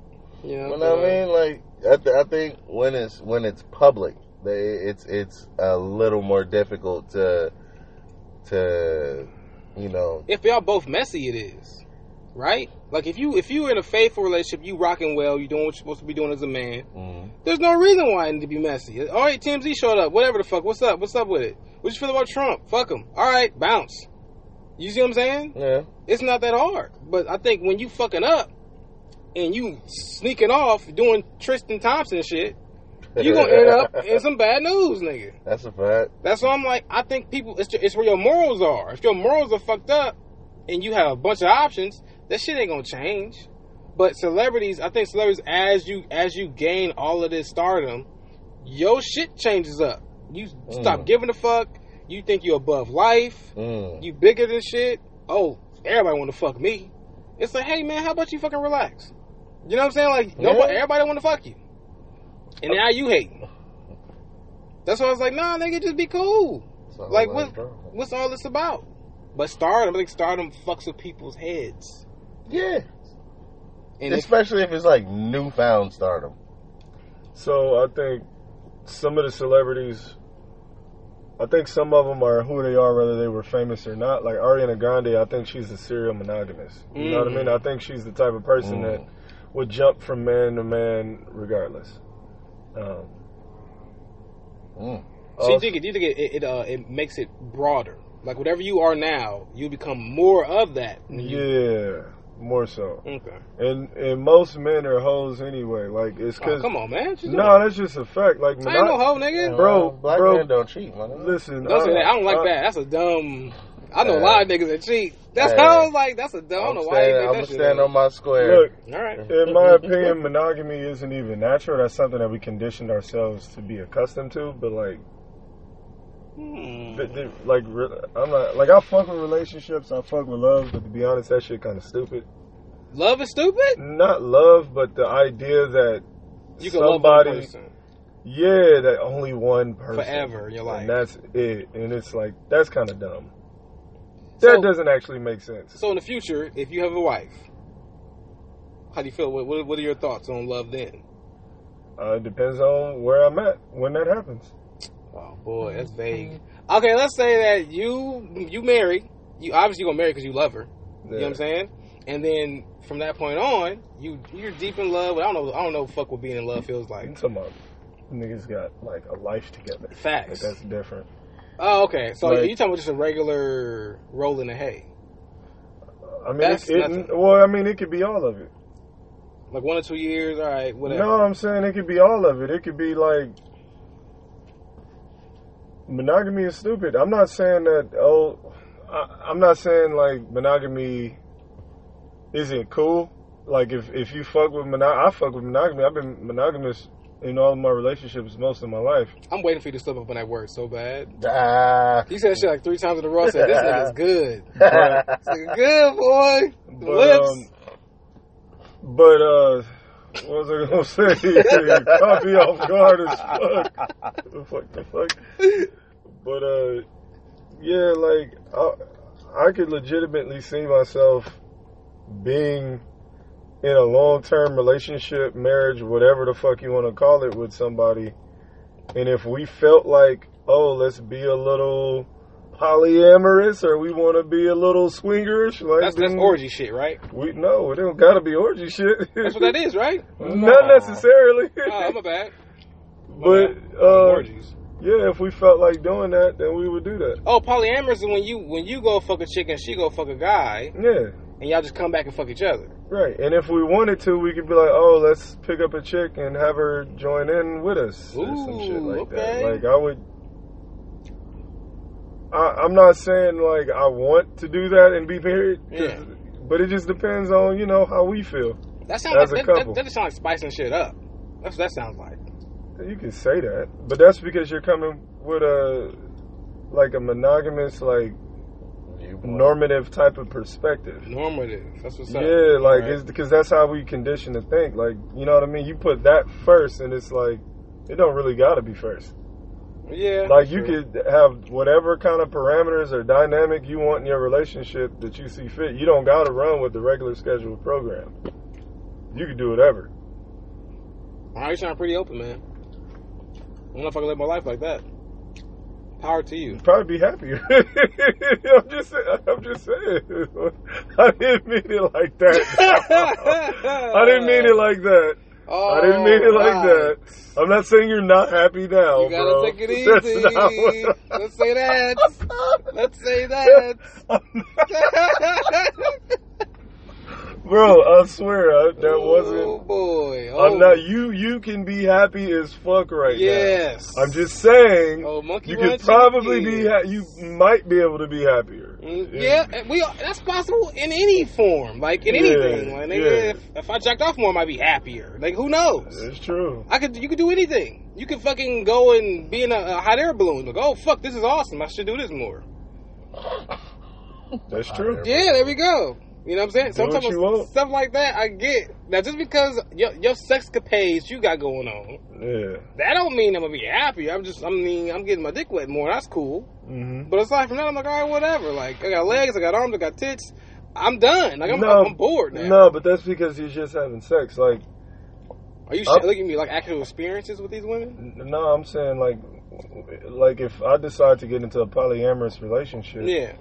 You know, You know what I mean? Like, I, th- I think when it's when it's public, they, it's it's a little more difficult to to you know. If y'all both messy, it is. Right? Like if you if you in a faithful relationship, you rocking well, you doing what you're supposed to be doing as a man. mm, There's no reason why I need to be messy. All right, TMZ showed up. Whatever the fuck. What's up? What's up with it? What you feel about Trump? Fuck him. All right, bounce. You see what I'm saying? Yeah. It's not that hard. But I think when you fucking up and you sneaking off doing Tristan Thompson shit, you gonna end up in some bad news, nigga. That's a fact. That's why I'm like, I think people, it's, ju- it's where your morals are. If your morals are fucked up and you have a bunch of options, that shit ain't gonna change. But celebrities, I think celebrities, as you as you gain all of this stardom, your shit changes up. You stop Mm. giving a fuck. You think you're above life. Mm. You bigger than shit. Oh, everybody want to fuck me. It's like, hey man, how about you fucking relax? You know what I'm saying? Like, nobody, Yeah. everybody want to fuck you, and now you hating. That's why I was like, nah, nigga, just be cool. So, Like what? What's all this about? But stardom, I think stardom fucks with people's heads. Yeah. And it's Especially if it's like newfound stardom. So I think some of the celebrities, I think some of them are who they are, whether they were famous or not. Like Ariana Grande, I think she's a serial monogamous. You know what I Mhm. mean? I think she's the type of person Mm. that would jump from man to man regardless. Um, so Mm. you also- think it, you think it it, uh, it makes it broader. Like whatever you are now, you become more of that. when you- yeah, more so. Okay. And and most men are hoes anyway. Like it's Oh, because come on, man. What you no, doing? that's just a fact. Like I ain't no mono- hoe, nigga. Bro, black bro. men don't cheat, man. listen, Don't say that. I don't like I- that. That's a dumb. I know a Uh, lot of niggas that cheat. That's uh, how like that's a dumb. I don't I'm know why. standing, you I'm think gonna that shit stand is. on my square. Look, All right. In my opinion, monogamy isn't even natural. That's something that we conditioned ourselves to be accustomed to. But like, Hmm. th- th- like re- I'm not like I fuck with relationships. I fuck with love. But to be honest, that shit kind of stupid. Love is stupid. Not love, but the idea that You can love one person yeah, that only one person forever in your life. and that's it. And it's like that's kind of dumb. So- That doesn't actually make sense. So in the future, if you have a wife, how do you feel? What, what, what are your thoughts on love then? Uh, it depends on where I'm at when that happens. Oh boy, that's vague. Okay, let's say that you you marry. You obviously gonna marry because you love her. You know what I'm saying? And then from that point on, you you're deep in love. I don't know. I don't know. What fuck what being in love feels like. Come on. Niggas got like a life together. Like Facts. that's different. oh, okay. So Like- you talking about just a regular roll in the hay, I mean, That's it, it, nothing. well, I mean, it could be all of it. like one or two years? All right, whatever. No, I'm saying it could be all of it. It could be like monogamy is stupid. I'm not saying that. Oh, I, I'm not saying like monogamy isn't cool. Like if if you fuck with monog, I fuck with monogamy. I've been monogamous in all my relationships most of my life. I'm waiting for you to slip up on that word so bad. Ah. You said shit like three times in a row. I said this nigga's good. But- This nigga good boy. The But Lips. um, but uh, what was I gonna say? Caught me off guard as fuck. The fuck the fuck. But uh, yeah, like I, I could legitimately see myself being in a long-term relationship, marriage, whatever the fuck you want to call it, with somebody. And if we felt like, oh, let's be a little polyamorous, or we want to be a little swingerish, like that's that's then- orgy shit, right? we no, it don't gotta be orgy shit. That's what that is, right? Not necessarily. Oh, my bad. but uh, orgies. yeah, if we felt like doing that, then we would do that. Oh, polyamorous is when you when you go fuck a chick and she go fuck a guy, Yeah, and y'all just come back and fuck each other. right. And if we wanted to, we could be like, oh, let's pick up a chick and have her join in with us or some shit Ooh, like okay. that. Like I would. I, I'm not saying like I want to do that and be married, 'cause- Yeah. but it just depends on you know how we feel. That sounds As a like that, couple. that, that just sounds like spicing shit up. That's what that sounds like. You can say that, but that's because you're coming with a like a monogamous, like normative type of perspective. Normative. That's what's up. yeah, like Alright. it's because that's how we condition to think. Like you know what I mean. You put that first, and it's like it don't really gotta be first. yeah. Like you true. could have whatever kind of parameters or dynamic you want in your relationship that you see fit. You don't gotta run with the regular scheduled program. You can do whatever. Alright, you sound pretty open, man. I don't know if I can live my life like that. Power to you. You'd probably be happier. I'm just, I'm just saying. I didn't mean it like that. I didn't mean it like that. I didn't mean it like that. I'm not saying you're not happy now, Oh, You gotta bro. take it That's easy. not what- Let's say that. Let's say that. bro, I swear I, that Oh wasn't. boy. Oh, I'm not. You, you can be happy as fuck right Yes. now. I'm just saying. Oh, monkey you could wrench in probably the be. gear. Ha- you might be able to be happier. Mm, Yeah, and we. Are, that's possible in any form, like in Yeah, anything. Like, nigga, yeah. if, if I jacked off more, I might be happier. Like who knows? It's true. I could. You could do anything. You could fucking go and be in a, a hot air balloon. Like oh fuck, this is awesome. I should do this more. That's true. Uh, Yeah, there we go. You know what I'm saying? Do what Sometimes you want. stuff like that, I get. Now just because your your sexcapades you got going on, Yeah. that don't mean I'm gonna be happy. I'm just. I mean, I'm getting my dick wet more. That's cool. Mm-hmm. But aside from that, I'm like, all right, whatever. Like, I got legs, I got arms, I got tits. I'm done. Like, I'm, I'm bored now. No, but that's because you're just having sex. Like, Are you sh- I'm- looking at me like actual experiences with these women? n- no, I'm saying like, like if I decide to get into a polyamorous relationship, Yeah.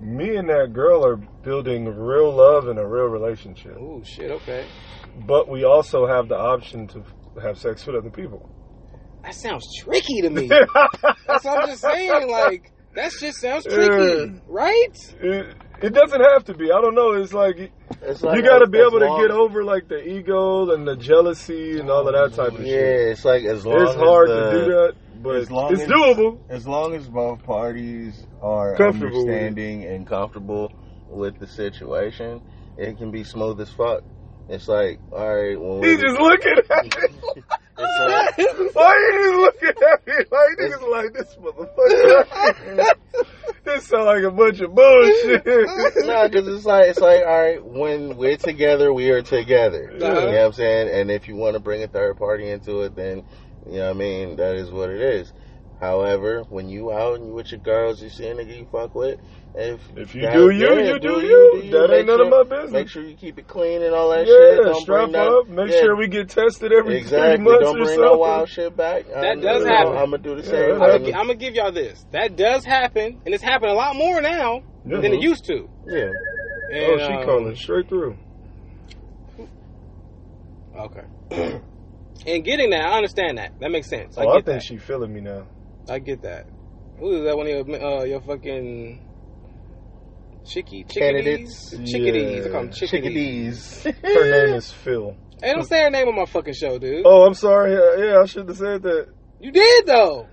me and that girl are building real love and a real relationship. Oh shit. Okay. But we also have the option to have sex with other people. That sounds tricky to me. That's what I'm just saying. Like, that shit sounds tricky, Yeah. right? it, it doesn't have to be. I don't know. It's like It's like- you got to be as able to long- get over like the ego and the jealousy and all of that type of shit. Yeah, it's like as long It's as hard to the- do that, but as long it's as- doable. As long as both parties are Comfortable with it. understanding and comfortable with the situation, it can be smooth as fuck. It's like, all right, when He we're just looking at me. it's like, Why you just looking at me like this? Like this motherfucker. this sound like a bunch of bullshit. no, because it's like it's like all right. When we're together, we are together. You know what I'm saying? And if you want to bring a third party into it, then you know what I mean. That is what it is. However, when you out and you with your girls, you see a nigga you fuck with. If If you do you, you do you. That ain't Make none of sure- my business. Make sure you keep it clean and all that shit. yeah, Don't strap bring no- up. Make yeah, sure we get tested every exactly. three months Don't or bring something. no wild shit back. That does happen. I'm gonna do the Yeah, same. that I'm happens. thing. gonna, give y'all this. That does happen, and it's happening a lot more now than Yeah. it used to. yeah. oh, And, she um, calling straight through. Okay. And getting that, I understand that. That makes sense. I Oh, I, get think that. she feeling me now. I get that. Who is that? One of your uh, your fucking chicky chickadees, Candidates. chickadees. I call them Yeah. chickadees. Chickadees. Her name is Phil. Hey, don't say her name on my fucking show, dude. Oh, I'm sorry. Yeah, yeah, I should have said that. You did though.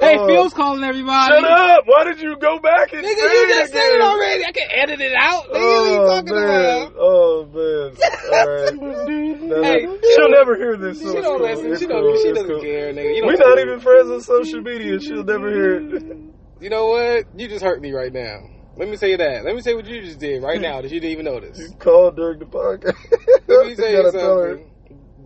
Hey, Oh. Phil's calling everybody. Shut up! Why did you go back and Nigga, say you just said it again? already. I can edit it out. Nigga, what you Oh talking man! about? Oh man! All right. No, Hey. no. She'll never hear this. so She it's don't cool. listen. It's She don't. cool. She It's doesn't cool. care, nigga. You We're don't not even friends on social media. She'll never hear it. You know what? You just hurt me right now. Let me say that. Let me say what you just did right now that you didn't even notice. You called during the podcast. Let me You say gotta tell her. something.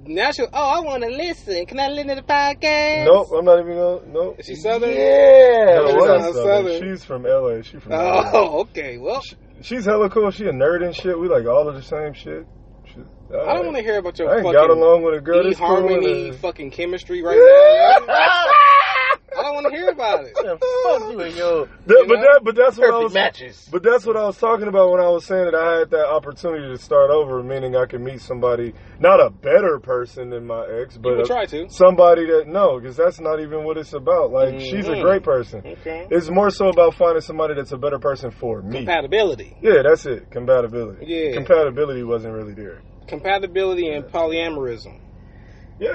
Now she, oh, I want to listen. Can I listen to the podcast? Nope, I'm not even gonna. Nope. Is she Southern? Yeah. No, she's what? not Southern. Southern. She's from LA. She's from. LA. Oh, okay. Well, She's hella cool. She a nerd and shit. We like all of the same shit. She, I don't want to hear about your I ain't got fucking along with a girl. This cool and E harmony, a- fucking chemistry right now. I don't want to hear about it. Yeah, Fuck you and your That- you but know? that, but that's what I perfect was. matches. But that's what I was talking about when I was saying that I had that opportunity to start over, meaning I could meet somebody, not a better person than my ex, You but can a- try to. somebody that no, because that's not even what it's about. Like she's a Mhm. great person. Okay. It's more so about finding somebody that's a better person for me. Compatibility. yeah, that's it. Compatibility. Yeah. Compatibility wasn't really there. Compatibility and polyamorism. Yeah,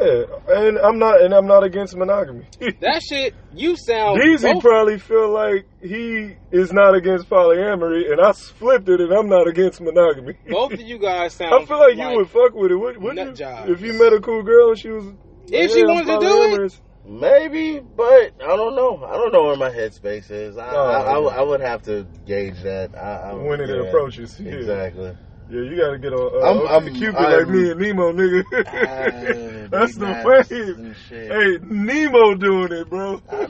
and I'm not, and I'm not against monogamy. That shit, you sound. Deezy both- probably feel like he is not against polyamory, and I flipped it, and I'm not against monogamy. both of you guys sound. I feel like, you would fuck with it. Would, would nut you? jobs. If you met a cool girl and she was, If she I'm wanted to do it? polyamorous. Maybe, but I don't know. I don't know where my headspace is. I, Oh, I, I, yeah. I would have to gauge that. I, I, when it yeah, approaches, yeah. Exactly. Yeah, you gotta get on. Uh, I'm- I'm, I'm- Cupid like I'm- me and Nemo, nigga. Ah, That's big the nuts way. and shit. Hey, Nemo doing it, bro. I know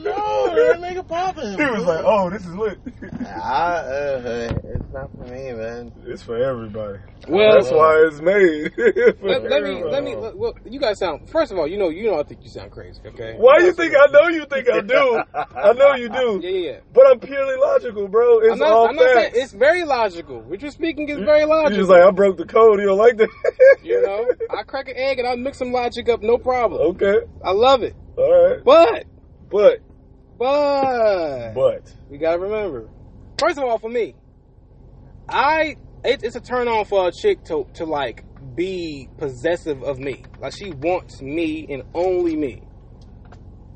that nigga popping. he was like, "Oh, this is lit." I, uh, it's not for me, man. it's for everybody. Well- that's why it's made. For Let, let me, let me. everybody. let- well, you guys sound. First of all, you know, you know, I think you sound crazy. Okay. Why you think I know you think I do? I know you Yeah, do, yeah. yeah. but I'm purely logical, bro. It's I'm not. all I'm not saying facts. it's very logical. What you're speaking is very You're logical. just like I broke the code. You don't like that? you know, I crack an egg and I mix some logic up, no problem. okay, I love it. all right, But, but but, but we gotta remember. First of all, for me, I it, it's a turn on for a chick to to like be possessive of me. Like she wants me and only me.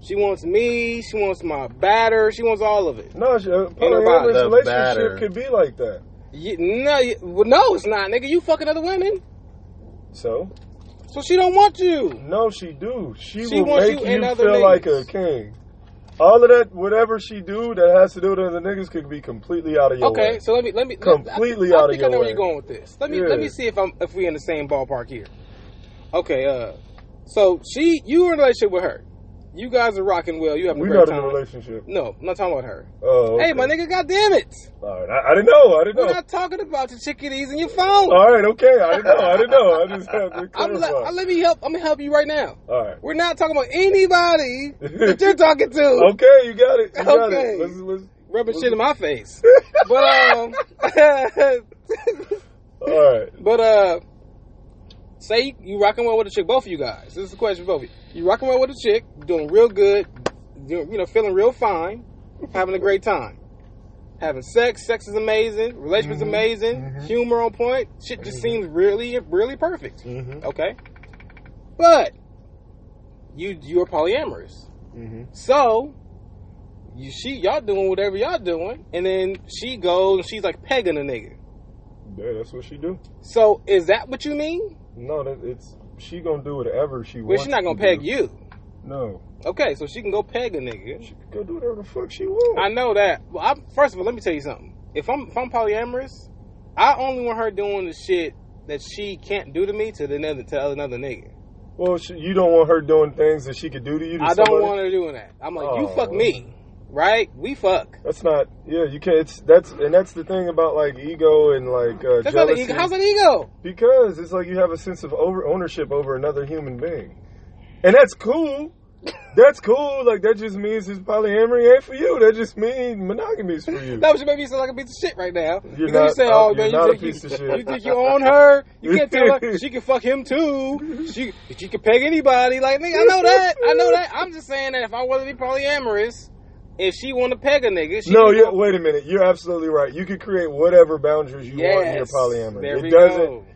She wants me. She wants my batter. She wants all of it. no, she- a about polyamorous the relationship batter. could be like that. You, no, you, well, no, it's not, nigga. You fucking other women, So so she don't want you. no, she do. She, She will wants make you you, and feel other like a niggas. king. All of that, whatever she do that has to do with other niggas, could be completely out of your Okay, way. so let me let me Completely I, I out of think I your know way. where you're going with this. Let me Yeah. let me see if I'm if we're in the same ballpark here. Okay, uh, so she you were in a relationship with her. You guys are rocking well. You having we a great not in time. a relationship. No, I'm not talking about her. Oh, okay. Hey, my nigga, goddamn it! All right, I, I didn't know. I didn't We're know. not talking about your chickadees and your phone. All right, okay. I didn't know. I didn't know. I just had to I'm clarify. le- let me help. I'm gonna help you right now. All right. We're not talking about anybody that you're talking to. Okay, you got it. You got Okay. it. Let's, let's, Rubbing shit in my face. But um, all right. but uh, say you rocking well with a chick. Both of you guys. This is a question for both of you. You rocking well with a chick, doing real good, you you know, feeling real fine, having a great time. Having sex, sex is amazing, relationship's Mhm, amazing, mhm. humor on point, shit just seems really, really perfect. Mm-hmm. Okay. But you you are polyamorous. Mm-hmm. So you she y'all doing whatever y'all doing, and then she goes and she's like pegging a nigga. Yeah, that's what she do. So is that what you mean? No, that, it's she gonna do whatever she Well, wants. she's not gonna to peg do. you. No, Okay, so she can go peg a nigga. she can go do whatever the fuck she wants. I know that. Well, I'm, first of all, let me tell you something. If I'm if I'm polyamorous, I only want her doing the shit that she can't do to me to the another to another nigga. Well, she, you don't want her doing things that she could do to you. To I don't somebody. want her doing that. I'm like, you Oh. fuck me, right? We fuck. That's not. Yeah, you can't. It's that's and that's the thing about like ego and like uh, That's not an jealousy. ego. How's that ego? Because it's like you have a sense of over ownership over another human being, and that's cool. That's cool. Like that just means his polyamory ain't for you. That just means monogamy's for you. That was maybe you sound like a piece of shit right now. You're because not- you say, uh, "Oh you're man, not a you think, piece of you, shit. you think you own her? You can't tell her she can fuck him too. She she can peg anybody. Like nigga, I know that. I know that. I'm just saying that if I wasn't polyamorous, if she want to peg a nigga, she no, can you wait a minute. You're absolutely right. You can create whatever boundaries you want in your Yes, there polyamory. we It doesn't. go.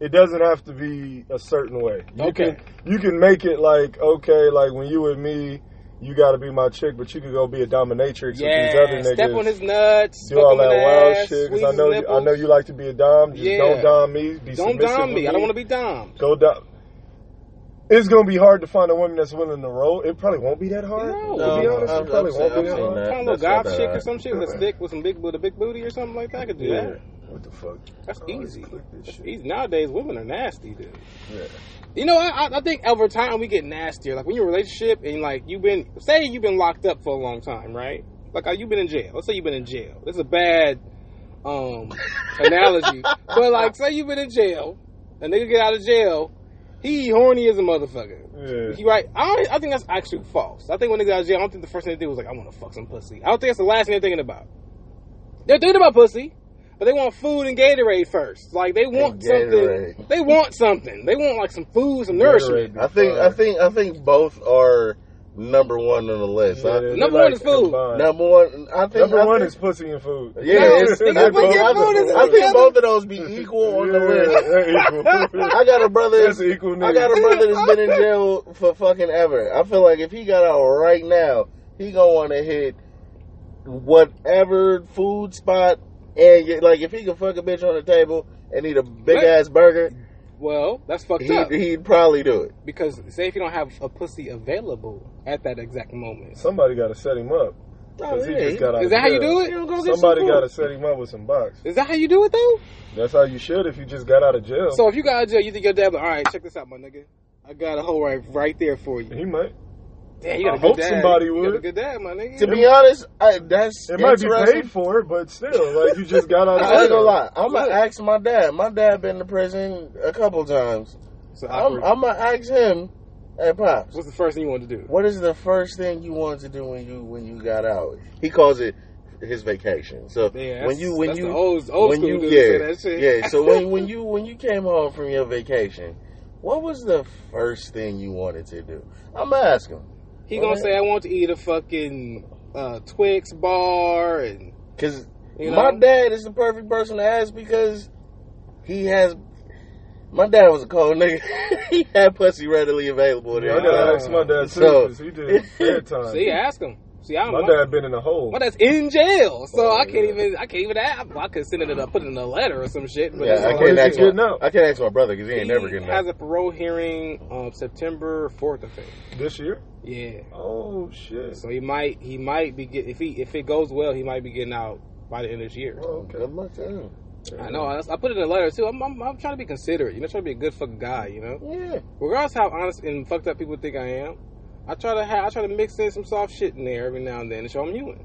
It doesn't have to be a certain way. You Okay. Can, you can make it like okay, like when you with me, you got to be my chick, but you could go be a dominatrix Yeah, with these other niggas. step on his nuts, do all that wild ass, shit squeeze I his know you, I nipples. know you like to be a dom. Just Yeah. don't dom me. Be Don't submissive dom with me. I don't want to be domed. Go dom. It's gonna be hard to find a woman that's willing to roll. It probably won't be that hard. to be No. No, honest, I'm- it probably I'm won't saying- be that I'm hard. saying that- Kind of little that's not gob that chick or hard. some shit with a stick with some big with a big booty or something like that. I could do that. What the fuck? That's I always easy. click this That's shit. easy. Nowadays, women are nasty, dude. Yeah. You know, I, I- I think over time we get nastier. Like when you're in a relationship and like you've been, say you've been locked up for a long time, right? Like uh, you've been in jail. Let's say you've been in jail. This is a bad um, analogy, but like say you've been in jail, a nigga get out of jail, he horny as a motherfucker. Yeah. You right? I, don't, I think that's actually false. I think when they got out of jail, I don't think the first thing they did was like, I want to fuck some pussy. I don't think that's the last thing they're thinking about. They're thinking about pussy, but they want food and Gatorade first. Like they want And something. Gatorade. They want something. They want like some food, some nourishment. I think I think I think both are number one on the list. I- they're Number one is food. combined. number one, I think Number I one think- is pussy and food. Yeah, No, it's, nigga, I, but think, your I food is think- I think together. both of those be equal on the list. Yeah, they're equal. Hmm, I got a brother. That's an equal I got a nigga. brother that's been in jail for fucking ever. I feel like if he got out right now, he gonna want to hit whatever food spot and get, like if he could fuck a bitch on the table and eat a big What? ass burger, Well, that's fucked he, up he'd probably do it. because say if you don't have a pussy available at that exact moment, Somebody got to set him up. 'cause Oh, he yeah, just got out Oh, is that of how you jail. do it? Somebody got to set him up with some box. Is that how you do it though? That's how you should if you just got out of jail. So if you got out of jail, you think your dad like, all right, check this out, my nigga. I got a hole right right there for you. he might. Damn, you got I a good hope dad. somebody You would. got a good dad, my nigga. To be honest, I, that's It might be interesting. paid for it, but still, like you just got out of jail. I ain't gonna lie. I'm gonna Look. ask my dad. My dad been to prison a couple times. It's awkward. I'm, I'm gonna ask him, hey pops, What's the first thing you want to do? what is the first thing you wanted to do when you when you got out? He calls it his vacation. So Yeah, when you when that's you the old, old when school you dudes yeah say that shit. yeah. So when when you when you came home from your vacation, what was the first thing you wanted to do? I'm gonna ask him he gonna say I want to eat a fucking uh, Twix bar and because you know. my dad is the perfect person to ask because he has. My dad was a cold nigga. he had pussy readily available. at Yeah, I any gotta time. ask my dad too, So- 'cause he did bad time. See, ask him. See, I don't. my know. dad been in a hole. My dad's in jail, so Oh, I can't yeah. even. I can't even. ask. I could send it in a put it in a letter or some shit. But Yeah, Why I can't is he ask my, getting out? I can't ask my brother because he ain't he never getting has out. a parole hearing on September fourth, I think. this year? Yeah, Oh shit. so he might. He might be get if he if it goes well, he might be getting out by the end of this year. Oh, okay. Good luck to him. I know. I, I put it in a letter too. I'm, I'm, I'm trying to be considerate. You know, trying to be a good fucking guy. You know, Yeah. regardless how honest and fucked up people think I am, I try to have, I try to mix in some soft shit in there every now and then to show I'm human.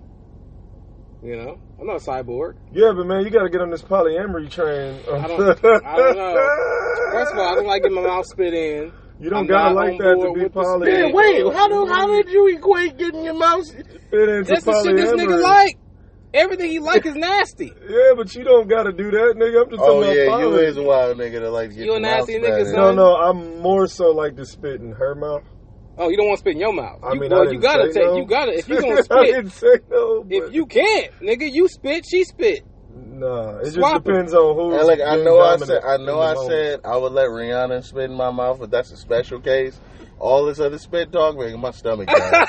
You know, I'm not a cyborg. Yeah, but man, you gotta get on this polyamory train. I don't- I don't know. First of all, I don't like getting my mouth spit in. You don't I'm gotta not like on that to board be with the poly. spin. Man, wait, how do how did you equate getting your mouse? It ain't That's to the shit this nigga polyamory. like. Everything he like is nasty. Yeah, but you don't gotta do that, nigga. I'm just Oh talking yeah, about you poly. is a wild nigga that likes to get You your a nasty mouth nigga, spatted. son. no, no, I'm more so like to spit in her mouth. Oh, you don't want to spit in your mouth. I you, mean, well, I didn't you gotta say take. no. You gotta. If you I gonna spit, didn't say no. if but- you can't, nigga, you spit. She spit. nah, it just Swap 'em. depends on who. And like I know I said I know I said I would let Rihanna spit in my mouth, but that's a special case. All this other spit talk making my stomach tired.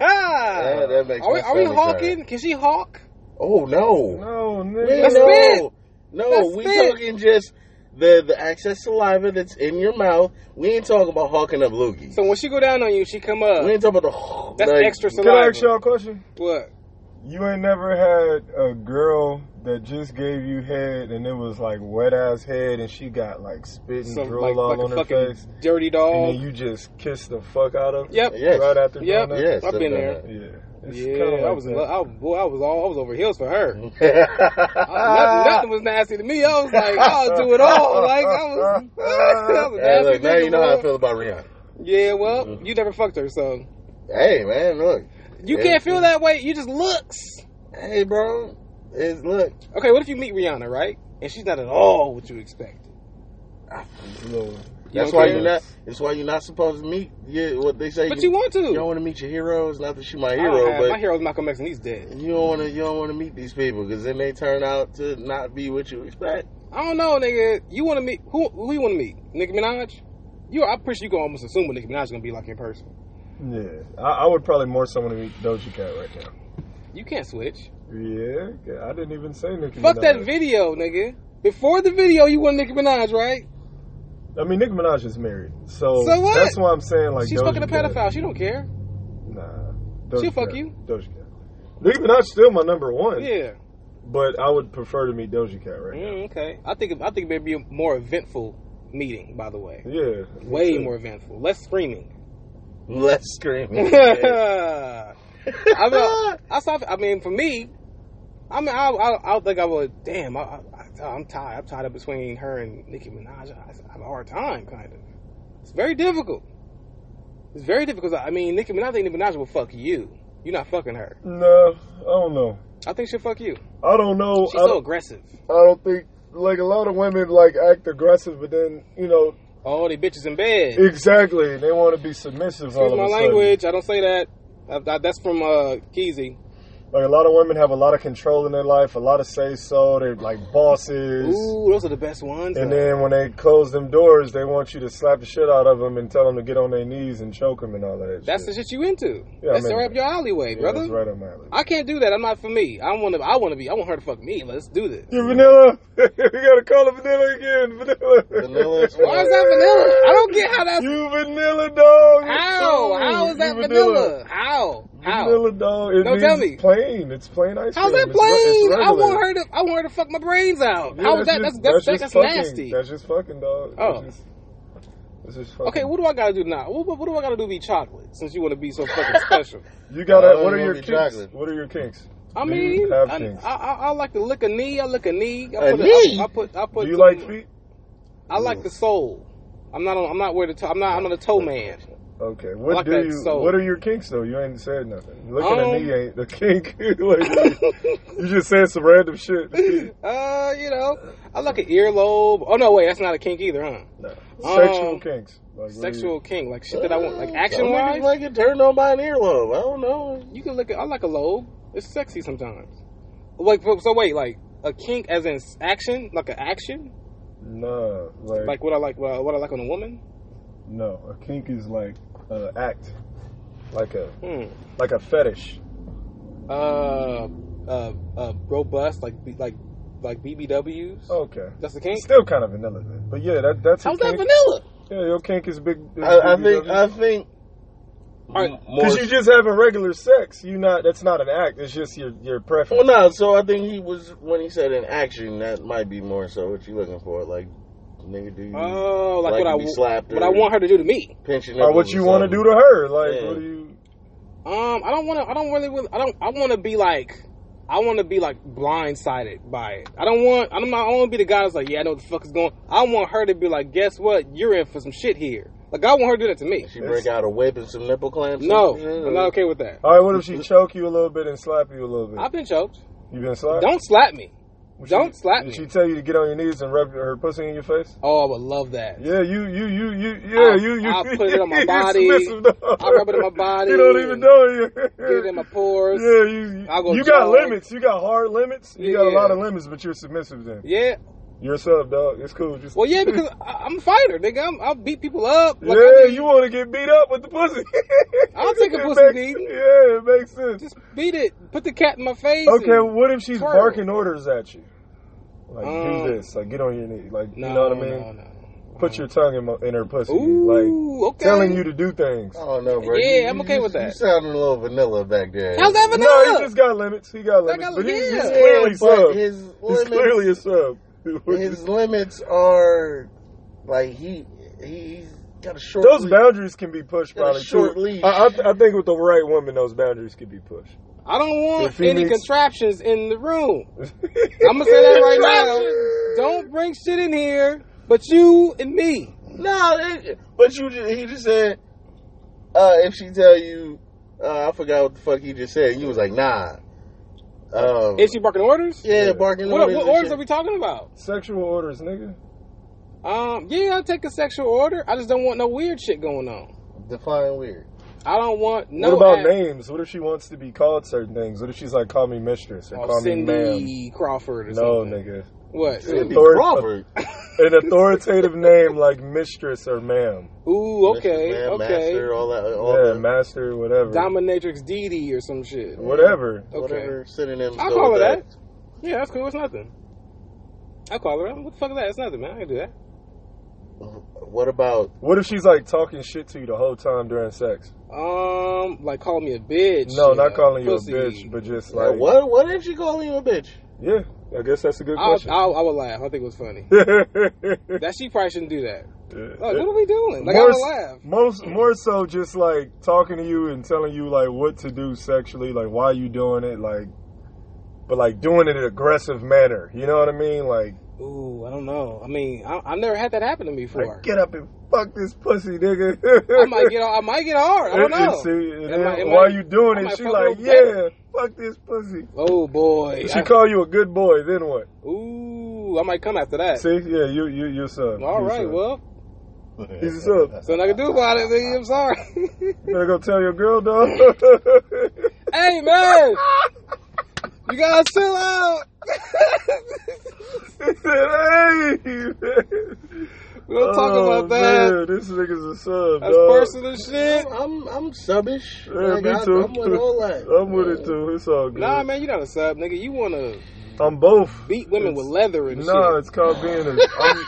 yeah, that makes are we, my are we stomach hawking? tired. Can she hawk? Oh no. No, Man, nigga. That's no. spit. No, That's we spit. talking just the the excess saliva that's in your mouth. We ain't talking about hawking up loogies. So when she go down on you, she come up. we ain't talking about the That's like, extra Can I saliva. ask y'all a question? What? You ain't never had a girl that just gave you head and it was like wet ass head and she got like spit and Some, drool like, all like on a her fucking face dirty and dog. then you just kissed the fuck out of Oh. yep. Yes. right after Yep. doing that? Yes, I've been done there. Yeah. It's Yeah, kinda like I was in that. love. I, was- boy, I was all I was over heels for her. that. Ah. I- Uh, nothing, nothing was nasty to me. I was like, I'll do it all. Like I was, I was a Hey, nasty look, now nigga, you know boy. how I feel about Rihanna. Yeah, well, you never fucked her, so Hey man, look. You Mm-hmm. Yeah. can't feel that way. You just looks. Hey bro. It's look. Okay, what if you meet Rihanna, right? And she's not at all what you expected. Little, You That's don't why care? you're not that's why you're not supposed to meet yeah, what they say. But you want to. you don't want to meet your heroes. Not that you're my I don't hero, have- but my hero's Malcolm X and he's dead. you don't want to. You don't want to meet these people because then they turn out to not be what you expect. I don't know, nigga. You want to meet who? Who you want to meet? Nicki Minaj? You, I'm pretty sure you can almost assume what Nicki Minaj is gonna be like in person. yeah, I, I would probably more someone to meet Doja Cat right now. You can't switch. Yeah, I didn't even say Nicki Fuck Minaj. that video, nigga. Before the video, you want Nicki Minaj, right? I mean, Nicki Minaj is married, so, So what? that's why I'm saying like She's Doja fucking a Cat. pedophile. She don't care. Nah, Doja She'll fuck Cat. you. Doja Cat. Nicki Minaj's still my number one, Yeah. but I would prefer to meet Doja Cat right Mm, okay. I think I think it'd be a more eventful meeting. By the way, now. Yeah, me way too. more eventful. Less screaming. Let's scream. I, mean, I, saw, I mean, for me, I mean, I, I, I don't think I would. Damn, I, I, I'm tired. I'm tied up between her and Nicki Minaj. I, I have a hard time, kind of. It's very difficult. It's very difficult. I mean, Nicki Minaj, I think Nicki Minaj will fuck you. You're not fucking her. No, I don't know. I think she'll fuck you. I don't know. She's I, so don't, aggressive. I don't think like a lot of women like act aggressive, but then you know All they bitches in bed. exactly they want to be submissive. all Excuse of my a sudden. language. I don't say that. I, I, that's from uh, Keezy. Like a lot of women have a lot of control in their life, a lot of say so. They're like bosses. Ooh, those are the best ones. And then when they close them doors, they want you to slap the shit out of them and tell them to get on their knees and choke them and all of that. that's the shit. shit you into. Yeah, I that's mean- right up your alleyway, Yeah, brother. That's right on my alley. I can't do that. I'm not for me. I want to. I want to be. I want her to fuck me. Let's do this. You vanilla. we gotta call it vanilla again. Vanilla. Vanilla is Why is that vanilla? I don't get how that's. You vanilla dog. How? Ooh, How is you that vanilla? How? How? Vanilla dog. It No, means tell me. plain. It's plain ice How's cream. that It's re- it's plain? I regular. want her to. I want her to fuck my brains out. Yeah, how is that? That's just- that's that's, just fucking. nasty. That's just fucking dog. Oh. That's just, that's just fucking. Okay, what do I gotta do now? What, what, what do I gotta do to be chocolate? Since you want to be so fucking special. you gotta. I don't what are want your to kinks? be chocolate. What are your kinks? I Do mean, you I, have I, kinks? I, I like to lick a knee. I lick a knee. I A put knee? I, I put. I put. Do you some- like feet? I like the soul. I'm not. On, I'm not where the. Toe, I'm not. I'm not a toe man. Okay. What like do that you? soul. What are your kinks though? You ain't said nothing. Looking Um, at me ain't the kink. like, you just said some random shit. Uh, you know, I like an earlobe. Oh no, wait, that's not a kink either, huh? No. Sexual Um, kinks. Like, what do you- Sexual kink, like shit that I want, like Some Oh. action niggas wise. might get turned on by an earlobe. I don't know. you can look at. I like a lobe. It's sexy sometimes. Like, so- so wait, like a kink as in s- action, like an action, No, like, like what I like, what I- what I like on a woman. no. A kink is like uh, act, like a Hmm. like a fetish. Uh, uh, uh, robust, like B- like like BBWs. Okay, That's a kink. still kind of vanilla, then. but yeah, that that's a How's that kink. vanilla? yeah, your kink is big. I, I think. I think. right. more- because you just having regular sex, you not. That's not an act. It's just your your Well, preference. no. So I think he was when he said in action that might be more so what you looking for, like nigga, do you Oh, like, Like what I to be w- slapped what I or- want her to do to me. pinch your Or nipples what you or want to something? do to her? Like, Yeah. what do you? Um, I don't want to. I don't really. wanna- I don't. I want to be like. I want to be like blindsided by it. I don't want. I'm not. I want to be the guy that's like, yeah, I know what the fuck is going. I want her to be like, guess what? You're in for some shit here. Like I want her to do that to me. She break out a whip and some nipple clamps. No, Yeah. I'm not okay with that. All right, what if she choke you a little bit and slap you a little bit? I've been choked. you been slapped? Don't slap me. Would she- Don't slap Did me. she tell you to get on your knees and rub her pussy in your face? Oh, I would love that. Yeah, you, you, you, you, yeah, I- you, you. I put it on my you body. submissive dog. I rub it on my body You don't even and know you. Get it in my pores. Yeah, you. I'll go you got jog. limits. You got hard limits. You got a Yeah. lot of limits, but you're submissive then. Yeah. You're a sub, dog. It's cool. Just Well, yeah, because I, I'm a fighter, nigga. I'm, I'll beat people up. Like, I yeah, mean, you want to get beat up with the pussy. I'll take a It pussy makes- beating. Yeah, it makes sense. just beat it. Put the cat in my face. Okay, and- what if she's twirl. barking orders at you? Like Um, do this, like get on your knee, like No, you know what I mean? No, no. Put your tongue in, my, in her pussy, like Ooh, okay. Uh, telling you to do things. I don't know, bro. Yeah, You- I'm you- okay you- with You that. sounding a little vanilla back there. How's that vanilla? No, he just got limits. He got limits, got- but he's, he's yeah. clearly Yeah, but sub. his he's limits, clearly a sub. his limits are like he he's got a short. those leash. boundaries can be pushed Got a probably short too. leash. I, I, th- I think with the right woman, those boundaries could be pushed. I don't want If he any needs- contraptions in the room. I'm gonna say that right now. Don't bring shit in here, but you and me. No, it, but you ju- he just said uh, if she tell you Uh, I forgot what the fuck he just said. You was like, nah. Um, Is she barking orders? yeah, barking What, orders. what and orders shit. are we talking about? Sexual orders, nigga. Um, yeah, I'll take a sexual order. I just don't want no weird shit going on. Define weird. I don't want no. eh. what about ass- names? What if she wants to be called certain things? What if she's like, call me mistress or Oh, call me ma'am? Cindy Crawford or No, something. nigga. What? Cindy Authority- Crawford. An authoritative name like mistress or ma'am. Ooh, okay, Mistress, man, okay. Master, all that, Oh. all Yeah, the, master, whatever. Dominatrix Dee Dee or some shit. whatever. Okay. whatever synonyms. I'll go call with her that. Yeah, that's cool. It's nothing. I call her. that. What the fuck is that? It's nothing, man. I can do that. What about What if she's like talking shit to you the whole time during sex? Um, like call me a bitch. No, and not calling you pussy. a bitch, but just like, like what? What did she call you a bitch? Yeah, I guess that's a good I, question. I, I would laugh. I think it was funny. That she probably shouldn't do that. Like, what are we doing? Like, I more, would s- laugh. most more so just like talking to you and telling you like what to do sexually, like why you doing it, like but like doing it in an aggressive manner. You know what I mean? Like, Ooh, I don't know. I mean, I, I've never had that happen to me before. like get up and fuck this pussy, nigga. I might get. I might get hard. I don't And- and know. see, and It then might- it while might- you doing I it, might she fuck like, real yeah, fuck this pussy. Oh boy. She I- call you a good boy, then what? ooh, I might come after that. See, yeah, you you you son. All You right, son. well, He's a sub. something I can do about it. nigga. I'm sorry. You better go tell your girl, dog. hey man, you guys chill out. he said, "Hey, man." we don't talk Oh, about that. Man, this nigga's a sub, That's dog. personal shit. I'm I'm subbish. Yeah, Like, me I, too. I'm with all that. I'm with it too. It's all good. Nah, man, you not a sub, nigga. You wanna I'm both. beat women It's- with leather and Nah, shit. it's called being a. I'm,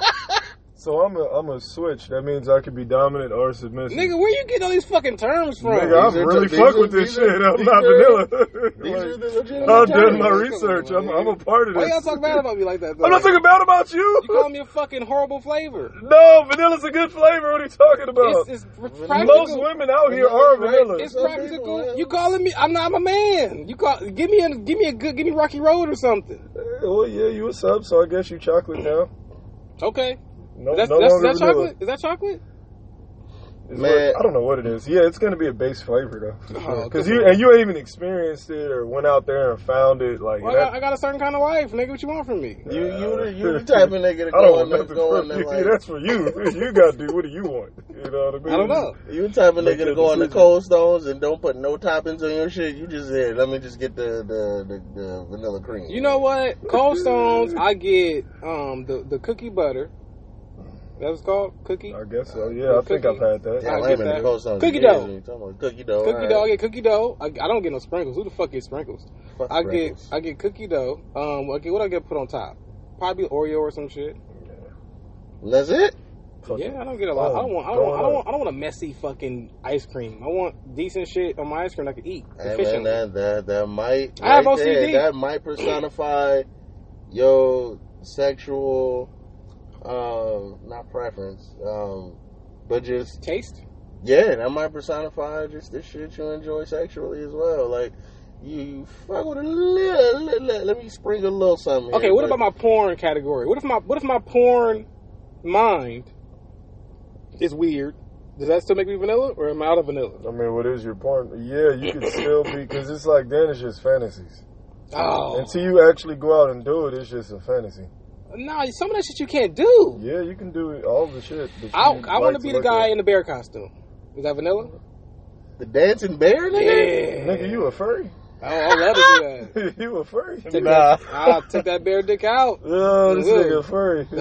so I'm a I'm a switch. That means I could be dominant or submissive. Nigga, where you getting all these fucking terms from? Nigga, I'm These are- really these fuck are- with this these are- shit. I'm these not are- vanilla. These are Like, the legitimate I've terms. done my research. I'm, I'm a part of Why this. y'all talk bad about me like that? Though? I'm not talking bad about You you. call me a fucking horrible flavor. No, vanilla's a good flavor. What are you talking about? It's, it's Most practical. Most women out here are vanilla. It's Some practical. people, You calling me? I'm not. I'm a man. You call? Give me a. Give me a good. Give me Rocky Road or something. Eh, well, yeah, you a sub, so I guess you chocolate now. Okay. No, that's no that's longer is that vanilla. chocolate. Is that chocolate? It's Man. what- I don't know what it is. Yeah, it's gonna be a base flavor though, Oh, because come you and you ain't even experienced it or went out there and found it. Like Well, I, that- got, I got a certain kind of wife, nigga. What you want from me? You you the, you the type of nigga to I go don't want in there, nothing go from in there you. like. That's for you. you got to do. What do you want? You know what I mean? I don't know. You the type of Make nigga your to go on the decision. cold stones and don't put no toppings on your shit. You just said, let me just get the the, the, the vanilla cream. You know what? Cold stones. I get um the the cookie butter. That was called cookie. I guess so. Yeah, I think I've had that. Damn, I I ain't get been to that. cold stones. in Cookie years. dough. You talking about Cookie dough. Cookie all right. dough. I get cookie dough. I, I don't get no sprinkles. Who the fuck gets sprinkles? Fuck I sprinkles. get I get cookie dough. Um, I get what I get put on top. Probably Oreo or some shit. That's it. Oh, Fuck Oh, Yeah, I don't get a lot. I don't want. I don't Going want. I don't up. want, I don't want a messy fucking ice cream. I want decent shit on my ice cream I can eat Hey, man, efficiently. that that that might. I have right there, OCD. that might personify your sexual, uh, not preference, um, but just Taste. Yeah, that might personify just the shit you enjoy sexually as well. Like you fuck with a little, little, little- let me sprinkle a little something. here, Okay, what but- about my porn category? What if my what if my porn mind is weird? Does that still make me vanilla, or am I out of vanilla? I mean, what is your porn? Yeah, you could still be because it's like then it's just fantasies. Oh, Until you actually go out and do it, it's just a fantasy. nah, some of that shit you can't do. Yeah, you can do it, all the shit. that you I I want like to be the look guy at. in the bear costume. Is that vanilla? the dancing bear, nigga? Nigga, you a furry? Oh, I love to do that. you a furry? Take Nah. that, I'll take that bear dick out. Oh, this Really? nigga a furry. No.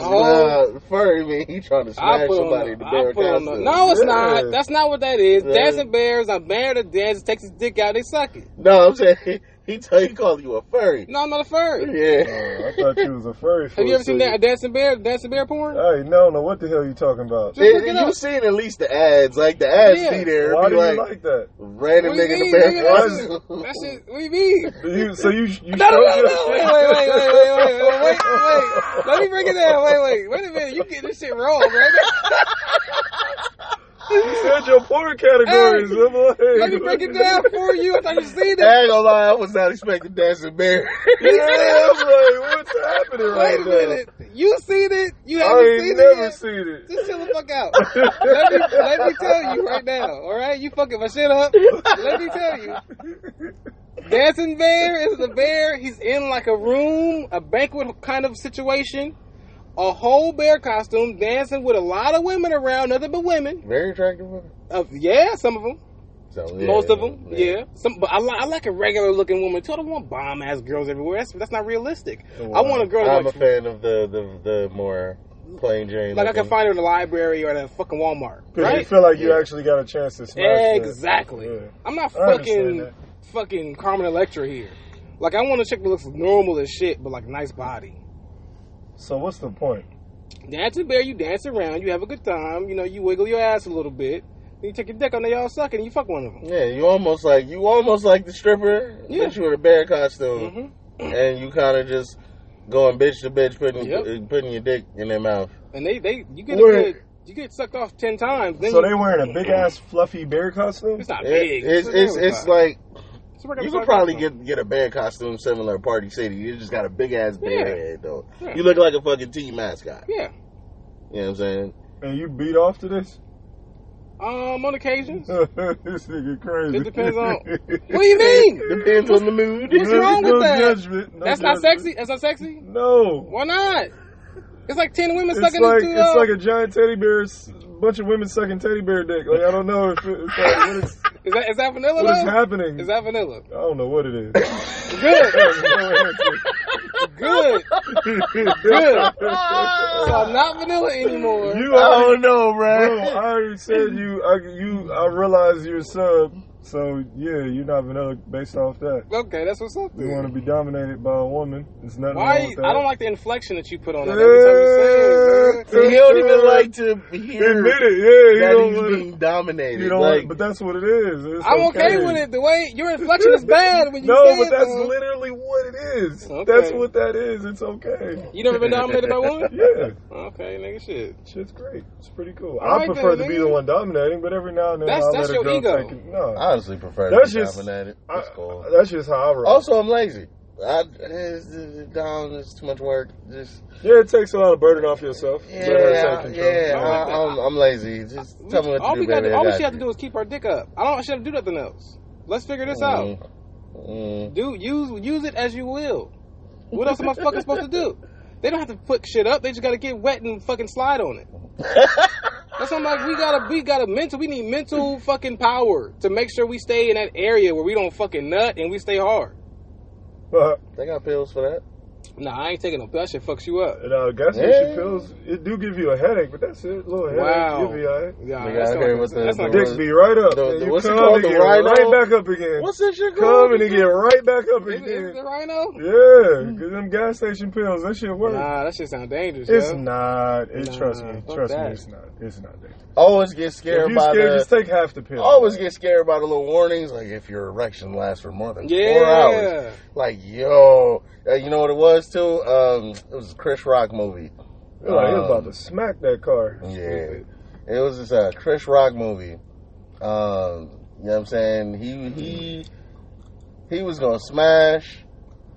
Nah, furry man, he trying to I smash put on. somebody in the the- bear I put on. the- costume. No, it's Yeah. not. That's not what that is. Yeah. Dancing bears. I'm bear to dance. Takes his dick out. They suck it. No, I'm saying he tell he called you a furry. No, I'm not a furry. Oh, Yeah. I thought you was a furry. for Have you a ever seen that a second. dancing bear? Dancing bear porn? I ain't know, know what the hell you talking about. Just look it And up. you seen at least the ads, like the ads Yeah. be there. Why It'd do be you like, like that? What random do you nigga in mean, the nigga? bear That's- costume. That shit. What do you mean? Do You, so you, you No, no, showed no, your- no, wait, wait, wait, wait, wait, wait, wait, wait, wait. Let me break it down. Wait, wait, wait a minute. You get this shit wrong, right? You said your porn categories. Hey, I'm like, Let me break it down for you. I thought you seen I it. ain't gonna lie, I was not expecting Dancing Bear. Yeah, I'm like, what's happening right Wait a now? minute. You seen it. You I haven't ain't seen never it. Yet. seen it. Just chill the fuck out. let, me, let me tell you right now, alright? You fucking my shit up. Let me tell you. Dancing Bear is the bear. He's in like a room, a banquet kind of situation. A whole bear costume, dancing with a lot of women around, nothing but women. Very attractive woman. Uh, yeah, some of them. So, yeah, Most of them, yeah. Some, but I, li- I like a regular looking woman too. I don't want bomb ass girls everywhere. That's that's not realistic. I want a girl I'm a like, fan of the the, the more plain Jane. like I can looking- find her in the library or at a fucking Walmart, Because right? you feel like you Yeah. actually got a chance to smash that. Exactly. Yeah. I'm not I understand fucking that. fucking Carmen Electra here. Like I want a chick that looks normal as shit, but like nice body. So what's the point? Dancing bear, you dance around, you have a good time. You know, you wiggle your ass a little bit. Then you take your dick on there, y'all suck, and you fuck one of them. Yeah, you almost like you almost like the stripper Yeah. that you in a bear costume, hmm and you kind of just going bitch to bitch, putting Yep. uh, putting your dick in their mouth. And they they you get a Wait. good, you get sucked off ten times. Then So you- they wearing a big ass fluffy bear costume? It's not It- big. it's a it's it's size. like It's a regular you could size probably costume. get get a bear costume similar to Party City. You just got a big ass bear Yeah. head though. Yeah. You look like a fucking team mascot. yeah. You know what I'm saying? And you beat off to this? Um, on occasion. this nigga crazy. It depends on- What do you mean? Depends on the mood. What's No- wrong with no that? Judgment, no That's not judgment. sexy. That's not sexy. No. Why not? It's like ten women It's sucking like into. it's uh, like a giant teddy bear, s- bunch of women sucking teddy bear dick. Like I don't know if it- it's like what is, is that is that vanilla? what is though? happening. Is that vanilla? I don't know what it is. Good, good. Good. So I'm not vanilla anymore. You I already, don't know, bro, I bro. already said you. I, you. I realize you're a sub. So yeah, you're not vanilla based off that. okay, that's what's up. You then. want to be dominated by a woman. There's nothing wrong Why? with that. I don't like the inflection that you put on it every time you say Yeah. it. He don't even like to hear Admit it. Yeah, you that don't. he's wanna- being dominated. you don't. like, want- but that's what it is. It's I'm okay with it. The way your inflection is bad when you no, say but it. that's though. literally what it is. Okay. That's what that is. It's okay. You never been dominated by one? Yeah, Okay, nigga, shit. shit's great. It's pretty cool. All I right, prefer then, to be nigga. the one dominating, but every now and then That's- I'll that's let a your girl ego. take it. No, I honestly prefer That's to be just- dominated. I- That's cool. That's just how I roll. also, I'm lazy. I, it's, it's, down, it's too much work. Just yeah, it takes a lot of burden off yourself. Let her yeah, take control. yeah. I like I, that. I'm, I'm lazy. Just tell me what to all do, we gotta, baby. all I we got should have you. to do is keep our dick up. I don't should have to do nothing else. Let's figure this out. Mm, mm. Do use use it as you will. What else a motherfucker supposed to do? They don't have to put shit up. They just gotta get wet and fucking slide on it. That's why I'm like, we gotta we gotta mental. We need mental fucking power to make sure we stay in that area where we don't fucking nut and we stay hard. Uh, They got pills for that. Nah, I ain't taking no. That shit fucks you up. and, uh, gas Yeah. station pills, it do give you a headache, but that's it. A little headache, Wow. you'll be all right. Yeah, Nigga, that's I not, hear what the- that's not the- good. Dick be right up. The- and the- you what's it come to called? The get rhino? right back up again. What's that shit come called? and it get right back up Is, is it again. rhino? Yeah, because them gas station pills, that shit works. Nah, that shit sound dangerous. It's yo. not. It, Nah, trust me. fuck Trust that. me. It's not. It's not that. Always get If scared you by scared, the. just take half the pill. Always get scared by the little warnings, like if your erection lasts for more than four hours. Yeah. Like yo, uh, you know what it was too? Um, it was a Chris Rock movie. You're like, you're about Um, to smack that car. Yeah. It was this uh, Chris Rock movie. Um, you know what I'm saying? He he he was gonna smash.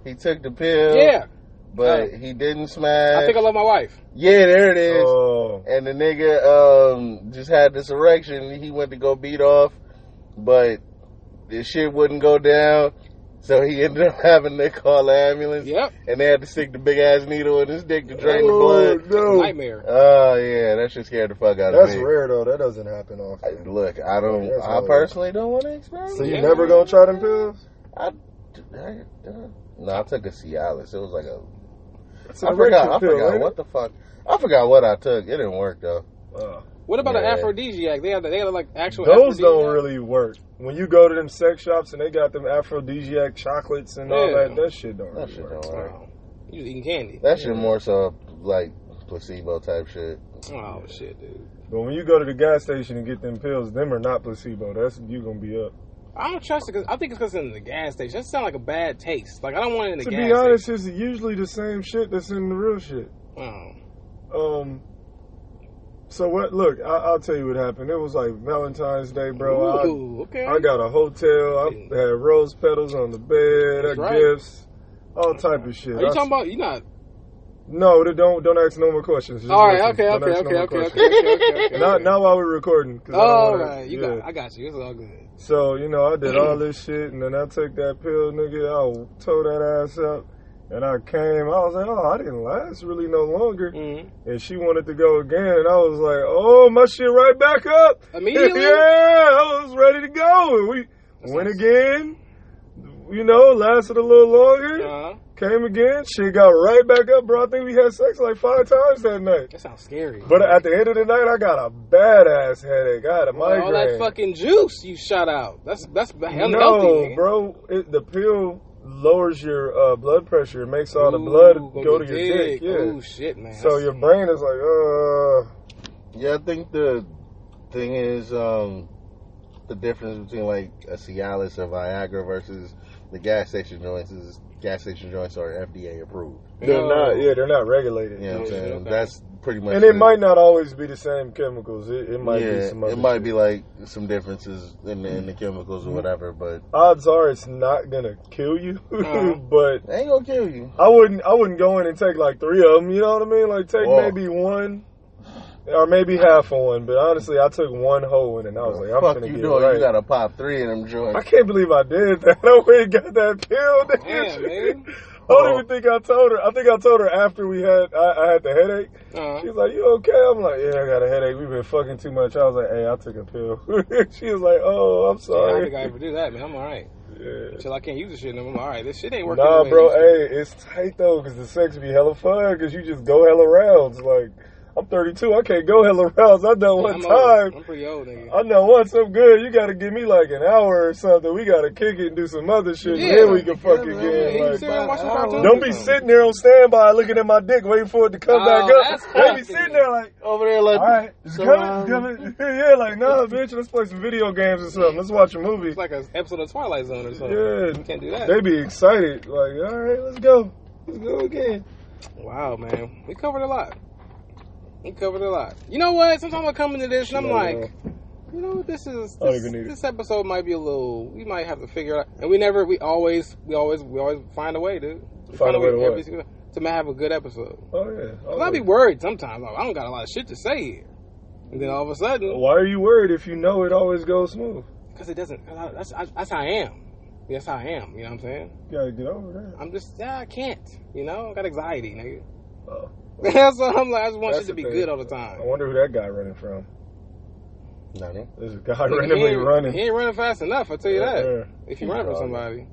He took the pill, Yeah. Uh, but he didn't smash. I think I love my wife. yeah, there it is. Oh, and the nigga um just had this erection. He went to go beat off, but the shit wouldn't go down. So he ended up having to call the ambulance, Yep. and they had to stick the big ass needle in his dick to drain the blood. Oh, no. Nightmare. Oh yeah, that shit scared the fuck out That's of me. rare though. That doesn't happen I- often. Look, I don't. That's I hard. personally don't want to experience. So it. you Yeah. never gonna try them pills? I, I- uh, no, I took a Cialis. It was like a. It's I forgot. I forgot what the fuck. I forgot what I took. It didn't work though. What about Yeah. an aphrodisiac? They have they have like actual. Uh, Those don't aphrodisiac? really work. When you go to them sex shops and they got them aphrodisiac chocolates and all Yeah. that, that shit don't That really shit work. don't work. Oh, you eating candy? That shit more so like placebo type shit. Oh shit, dude. But when you go to the gas station and get them pills, them are not placebo. That's you gonna be up. I don't trust it because I think it's because it's in the gas station. That sounds like a bad taste. Like I don't want it in the To gas be honest, it's Oh. usually the same shit that's in the real shit. station. Oh. Um, So what? Look, I, I'll tell you what happened. It was like Valentine's Day, bro. I- Ooh, okay. I got a hotel. I had rose petals on the bed. That's I right. gifts, all type of shit. Are you I- talking about you not? no, they don't don't ask no more questions. Just All right, listen. okay, Don't okay, ask okay, no more okay, okay, questions. okay, okay, okay. Not not while we're recording. 'cause I don't All wanna- right, you yeah. got. I got you. It's all good. So you know, I did all this shit, and then I took that pill, nigga. I tore that ass up, and I came. I was like, oh, I didn't last really no longer. Mm. And she wanted to go again, and I was like, oh, my shit right back up. Immediately? yeah, I was ready to go, and we went again. You know, lasted a little longer. Uh, Came again. She got right back up, bro. I think we had sex like five times that night. that sounds scary. But at the end of the night, I got a badass headache. I had a migraine. all that fucking juice you shot out. That's that's unhealthy. No, nigga. bro, it, the pill lowers your uh, blood pressure. It makes all the Ooh, blood gonna go to be your dick. Yeah. Oh shit, man. so your brain is like, uh, Yeah, I think the thing is um, the difference between like a Cialis or Viagra versus the gas station joints is gas station joints are FDA approved. they're No. not. Yeah, they're not regulated. You know what I'm Yeah, saying? okay. That's pretty much. And it the- might not always be the same chemicals. It, it might yeah, be some other. it might shit. Mm-hmm. be like some differences in the, in the chemicals or whatever, but Odds are it's not gonna kill you, Uh-huh. but they ain't gonna kill you. I wouldn't. I wouldn't go in and take like three of them. You know what I mean? Like take Whoa. maybe one, or maybe half of one. But honestly, I took one whole one, and I was like, I'm fuck gonna you get doing? right. You gotta pop three of them I joints. can't believe I did that. I went and got that pill. Damn, nigga. man. I don't even think I told her. I think I told her after we had I, I had the headache. Uh, She's like, "You okay?" I'm like, "Yeah, I got a headache. We've been fucking too much." I was like, "Hey, I took a pill." she was like, "Oh, I'm yeah, I don't sorry." think I ever do that, man. I'm all right Yeah. until I can't use the shit. And I'm all right. This shit ain't working. the Nah, way bro. it used Hey, it's tight though, cause the sex be hella fun, cause you just go hella rounds. Like, I'm 32. I can't go hella rounds. I done to. one I'm time. Old. I'm pretty old, nigga. I know once I'm good, you gotta give me like an hour or something. We gotta kick it and do some other shit, Yeah, and then we can like, fucking yeah, get yeah, it. you Like, sit around watching Don't cartoons. don't or be something. sitting there on standby looking at my dick waiting for it to come Oh, back that's up. They be fucking- sitting there like, Over there, like, all right, it's so, coming, um, it's coming. yeah, like, nah, bitch, let's play some video games or something. Let's watch a movie. It's like an episode of Twilight Zone or something. You Yeah, can't do that. they be excited. Like, all right, let's go. Let's go again. Wow, man. We covered a lot. We covered a lot. You know what? Sometimes I come into this and I'm Yeah. like, you know, this is I don't this, even Oh, need it. this episode might be a little. We might have to figure out. And we never. We always. We always. We always find a way, dude. We Find a way to every what? single- to ma- have a good episode. Oh, yeah. 'Cause I be worried sometimes. Like, I don't got a lot of shit to say here. And then all of a sudden, Why are you worried if you know it always goes smooth? because it doesn't. 'cause I, that's I, that's how I am. That's how I am. You know what I'm saying? You gotta get over that. I'm just. Yeah, I can't. You know, I got anxiety, nigga. Oh. so I'm like, I just want That's shit to the be thing. good all the time. I wonder who that guy running from. Nani? There's a guy Nigga, randomly he ain't, running. He ain't running fast enough. I tell you that. If you run from Oh, somebody,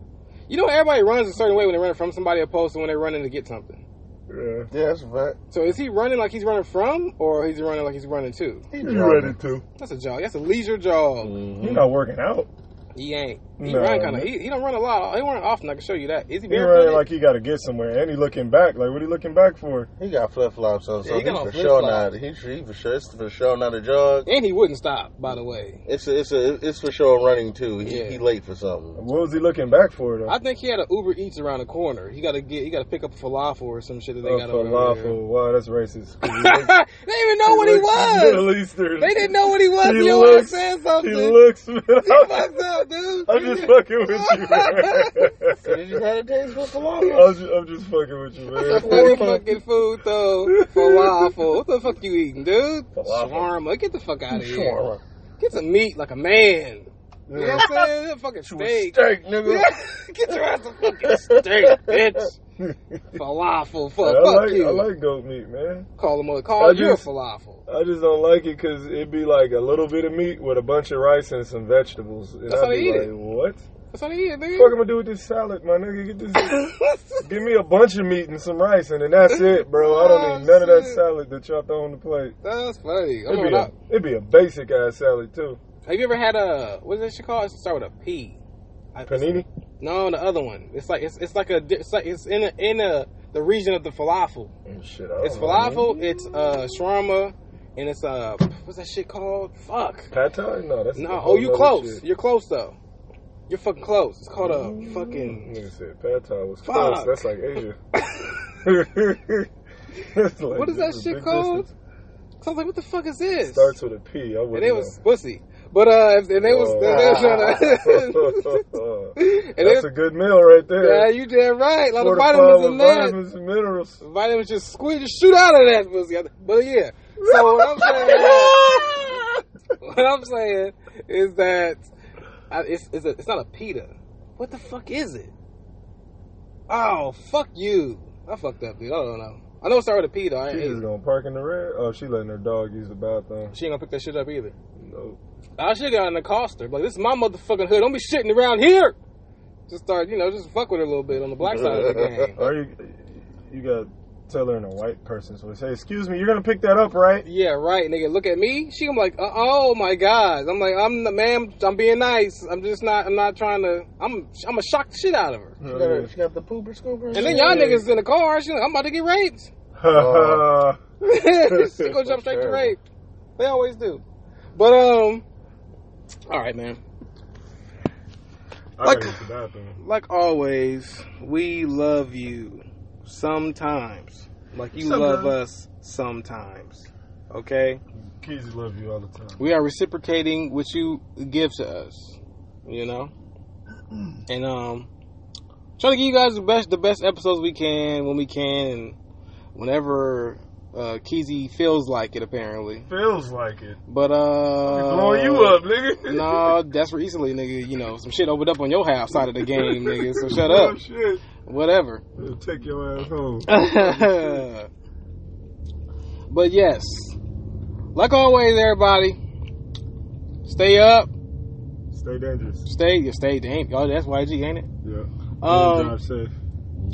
you know everybody runs a certain way when they run from somebody, opposed to when they're running to get something. Yeah. Yeah, that's a fact. So is he running like he's running from, or he's running like he's running to? He too. That's a jog. That's a leisure jog. You're Mm-hmm. not working out. He ain't. He Mm. Nah, run kind of. man. He, he don't run a lot. He run often. I can show you that. Is he He barefooted? running like he got to get somewhere, and he looking back. Like, what he looking back for? He got flip flops on, so Yeah, he he, got on for sure flip-flops. not. He, he for sure, it's for sure not a jog. and he wouldn't stop. By the way, It's a, it's a, it's for sure running too. He, Yeah. he late for something. What was he looking back for though? I think he had an Uber Eats around the corner. He got to get. He got to pick up a falafel or some shit that they Oh, got for over there. lawful. Wow, that's racist. they didn't even know what he was. Middle Eastern. They didn't know what he was. He you know looks- what I'm saying? He Something. looks. He fucked up, dude. I'm just fucking with you. So did you have a taste for falafel? I'm, just, I'm just fucking with you, That's funny man. fucking food though. Falafel. What the fuck you eating, dude? Falafel. Shawarma. Get the fuck out of here. Shawarma. Get some meat like a man. You know what I'm saying? Get a fucking Steak, steak. nigga. Get your ass a fucking steak, bitch. Falafel. Fuck, I fuck like you. I like goat meat, man. call him a call I you a just- falafel. I just don't like it because it'd be like a little bit of meat with a bunch of rice and some vegetables, and That's I'd how they be eat like, it. "What? That's what he is, The fuck am nigga. I do with this salad, my nigga? Get this, give me a bunch of meat and some rice, and then that's it, bro. I Oh, don't need none of that shit. salad that y'all throw on the plate. That's funny. I'm It'd be going a, up. it'd be a basic ass salad too. Have you ever had a what is that shit called? It starts with a P. I- Panini. No, the other one. It's like it's it's like a di- it's like it's in a, in a the region of the falafel. Mm, Shit, I don't It's know, man. falafel. It's uh shawarma, and it's uh what's that shit called? Fuck. Pad Thai? No, that's a No, whole oh you nother close. shit. You're close though. You're fucking close. It's called a fucking. Nigga said Pad Thai was Fuck. close. That's like Asia. It's like What is just that a shit big called? Mm-hmm. distance. So I was like, what the fuck is this? Starts with a P. I and wouldn't it was pussy. But uh, if- and they was Oh. they was trying to. know. and they That's was, a good meal right yeah, there. you damn right. A lot of Fortified vitamins with in there. vitamins and minerals. Vitamins just squeeze, just shoot out of that pussy. But yeah, so what I'm saying, what I'm saying is that I, it's it's, a, it's not a pita. What the fuck is it? Oh fuck you! I fucked up, dude. I don't know. I know it started with a pita. I ain't She just gonna park in the red. Oh, she letting her dog use the bathroom. she ain't gonna pick that shit up either. Nope. I should have gotten a coster. Like this is my motherfucking hood. Don't be shitting around here. Just start, you know, just fuck with her a little bit on the black side of the game. Or you, you gotta tell her in a white person's voice. Hey, excuse me, you're gonna pick that up, right? Yeah, right, nigga. Look at me. She, I'm like, uh, oh my god. I'm like, I'm, ma'am, I'm being nice. I'm just not, I'm not trying to. I'm, I'm gonna shock the shit out of her. She got, her, she got the pooper scooper. And then y'all niggas in the car. She, like, I'm about to get raped. Uh, she gonna jump straight to rape. They always do. But um, all right, man. I Like- gotta use the bathroom. Like always, we love you sometimes. Like you love Sometimes. us sometimes. Okay? Kids love you all the time. We are reciprocating what you give to us. You know? And um trying to give you guys the best the best episodes we can when we can and whenever uh Keezy feels like it apparently. Feels like it. But uh We blowing you up, nigga. No, that's recently, nigga. You know, some shit opened up on your half side of the game, nigga. So shut Oh, up. shit. Whatever. We'll take your ass home. but yes, like always, everybody, stay up, Stay dangerous. stay, you stay damn. Oh, that's YG, ain't it? Yeah. Um, drive safe.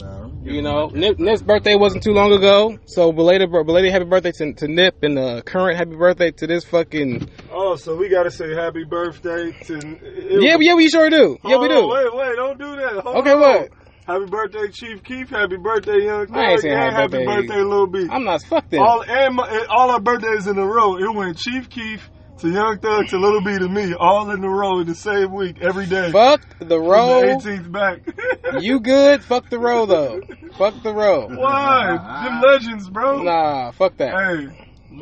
No. you know, Nip, Nip's birthday wasn't too long ago, so belated, bir- belated happy birthday to, to Nip, and uh, current happy birthday to this fucking. Oh, so we gotta say happy birthday to. it- Yeah, yeah, we sure do. Yeah, Hold we on, do. Wait, wait, don't do that. Hold Okay, on. what? Happy birthday, Chief Keith. Happy birthday, Young. I ain't saying Thug, and happy happy birthday. birthday, Lil B. I'm not fuck them. All and my, and all our birthdays in a row. It went Chief Keith to Young Thug to Little B to me, all in a row in the same week, every day. Fuck From the the row. 18th back. You good? Fuck the row though. Fuck the row. Why? Them legends, bro. Nah, fuck that. Hey.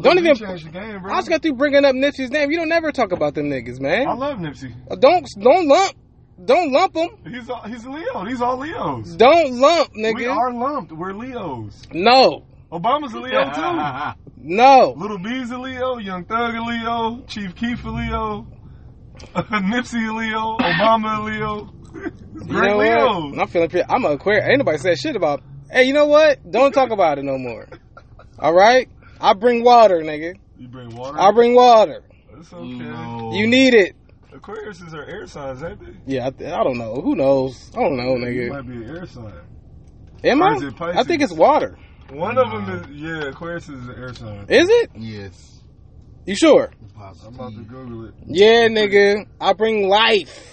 Don't even- change the game, bro. I just got through bringing up Nipsey's name. You don't never talk about them niggas, man. I love Nipsey. Don't don't lump, don't lump them. He's all, he's Leo. He's all Leos. Don't lump, We nigga. are lumped. We're Leos. No, Obama's a Leo too. no. Little B's a Leo, Young Thug a Leo, Chief Keef a Leo, Nipsey a Leo, Obama a Leo. You know Great Leo. what? I'm feeling pretty. I'm a Aquarius. Ain't nobody said shit about. Hey, you know what? Don't talk about it no more. All right. I bring water, nigga. You bring water? I bring water. It's okay. You need it. Aquarius is our air signs, ain't they? Yeah, I, th- I don't know. Who knows? I don't know, You nigga. might be an air sign. Am Or I? is it Pisces? I think it's water. One of them is, yeah, Aquarius is an air sign. Is it? Yes. You sure? I'm about to Google it. Yeah, nigga. I bring life.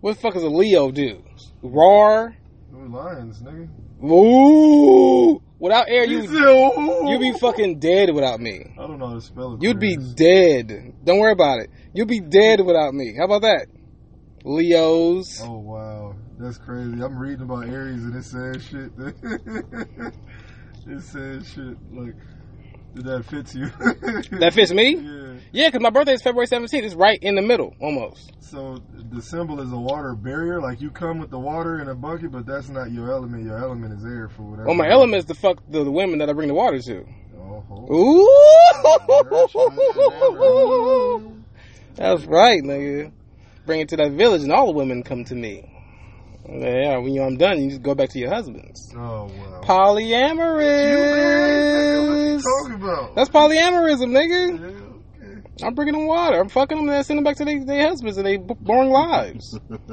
What the fuck is a Leo do? Roar. We're lions, nigga. Ooh. Without air, you You'd You'd be fucking dead without me. I don't know how to spell it. You'd be dead. Don't worry about it. You'd be dead without me. How about that? Leos. Oh wow, that's crazy. I'm reading about Aries and it says shit. it says shit like that fits you. That fits me? Yeah. Yeah, because my birthday is February 17th. It's right in the middle, almost. So the symbol is a water barrier. Like you come with the water in a bucket, but that's not your element. Your element is air, fool. That's Well, Oh, my not- element is the fuck the, the women that I bring the water to. Oh, oh. Ooh. That's right, nigga. Bring it to that village and all the women come to me. Yeah, when you, I'm done, you just go back to your husbands. Oh wow. Polyamorous. Talking about. That's polyamorism, nigga. Yeah, okay. I'm bringing them water. I'm fucking them and sending them back to their, their husbands and their b- boring lives.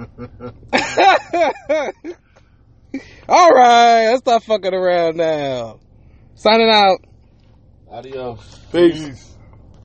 All right, let's stop fucking around now. Signing out. Adios. Peace.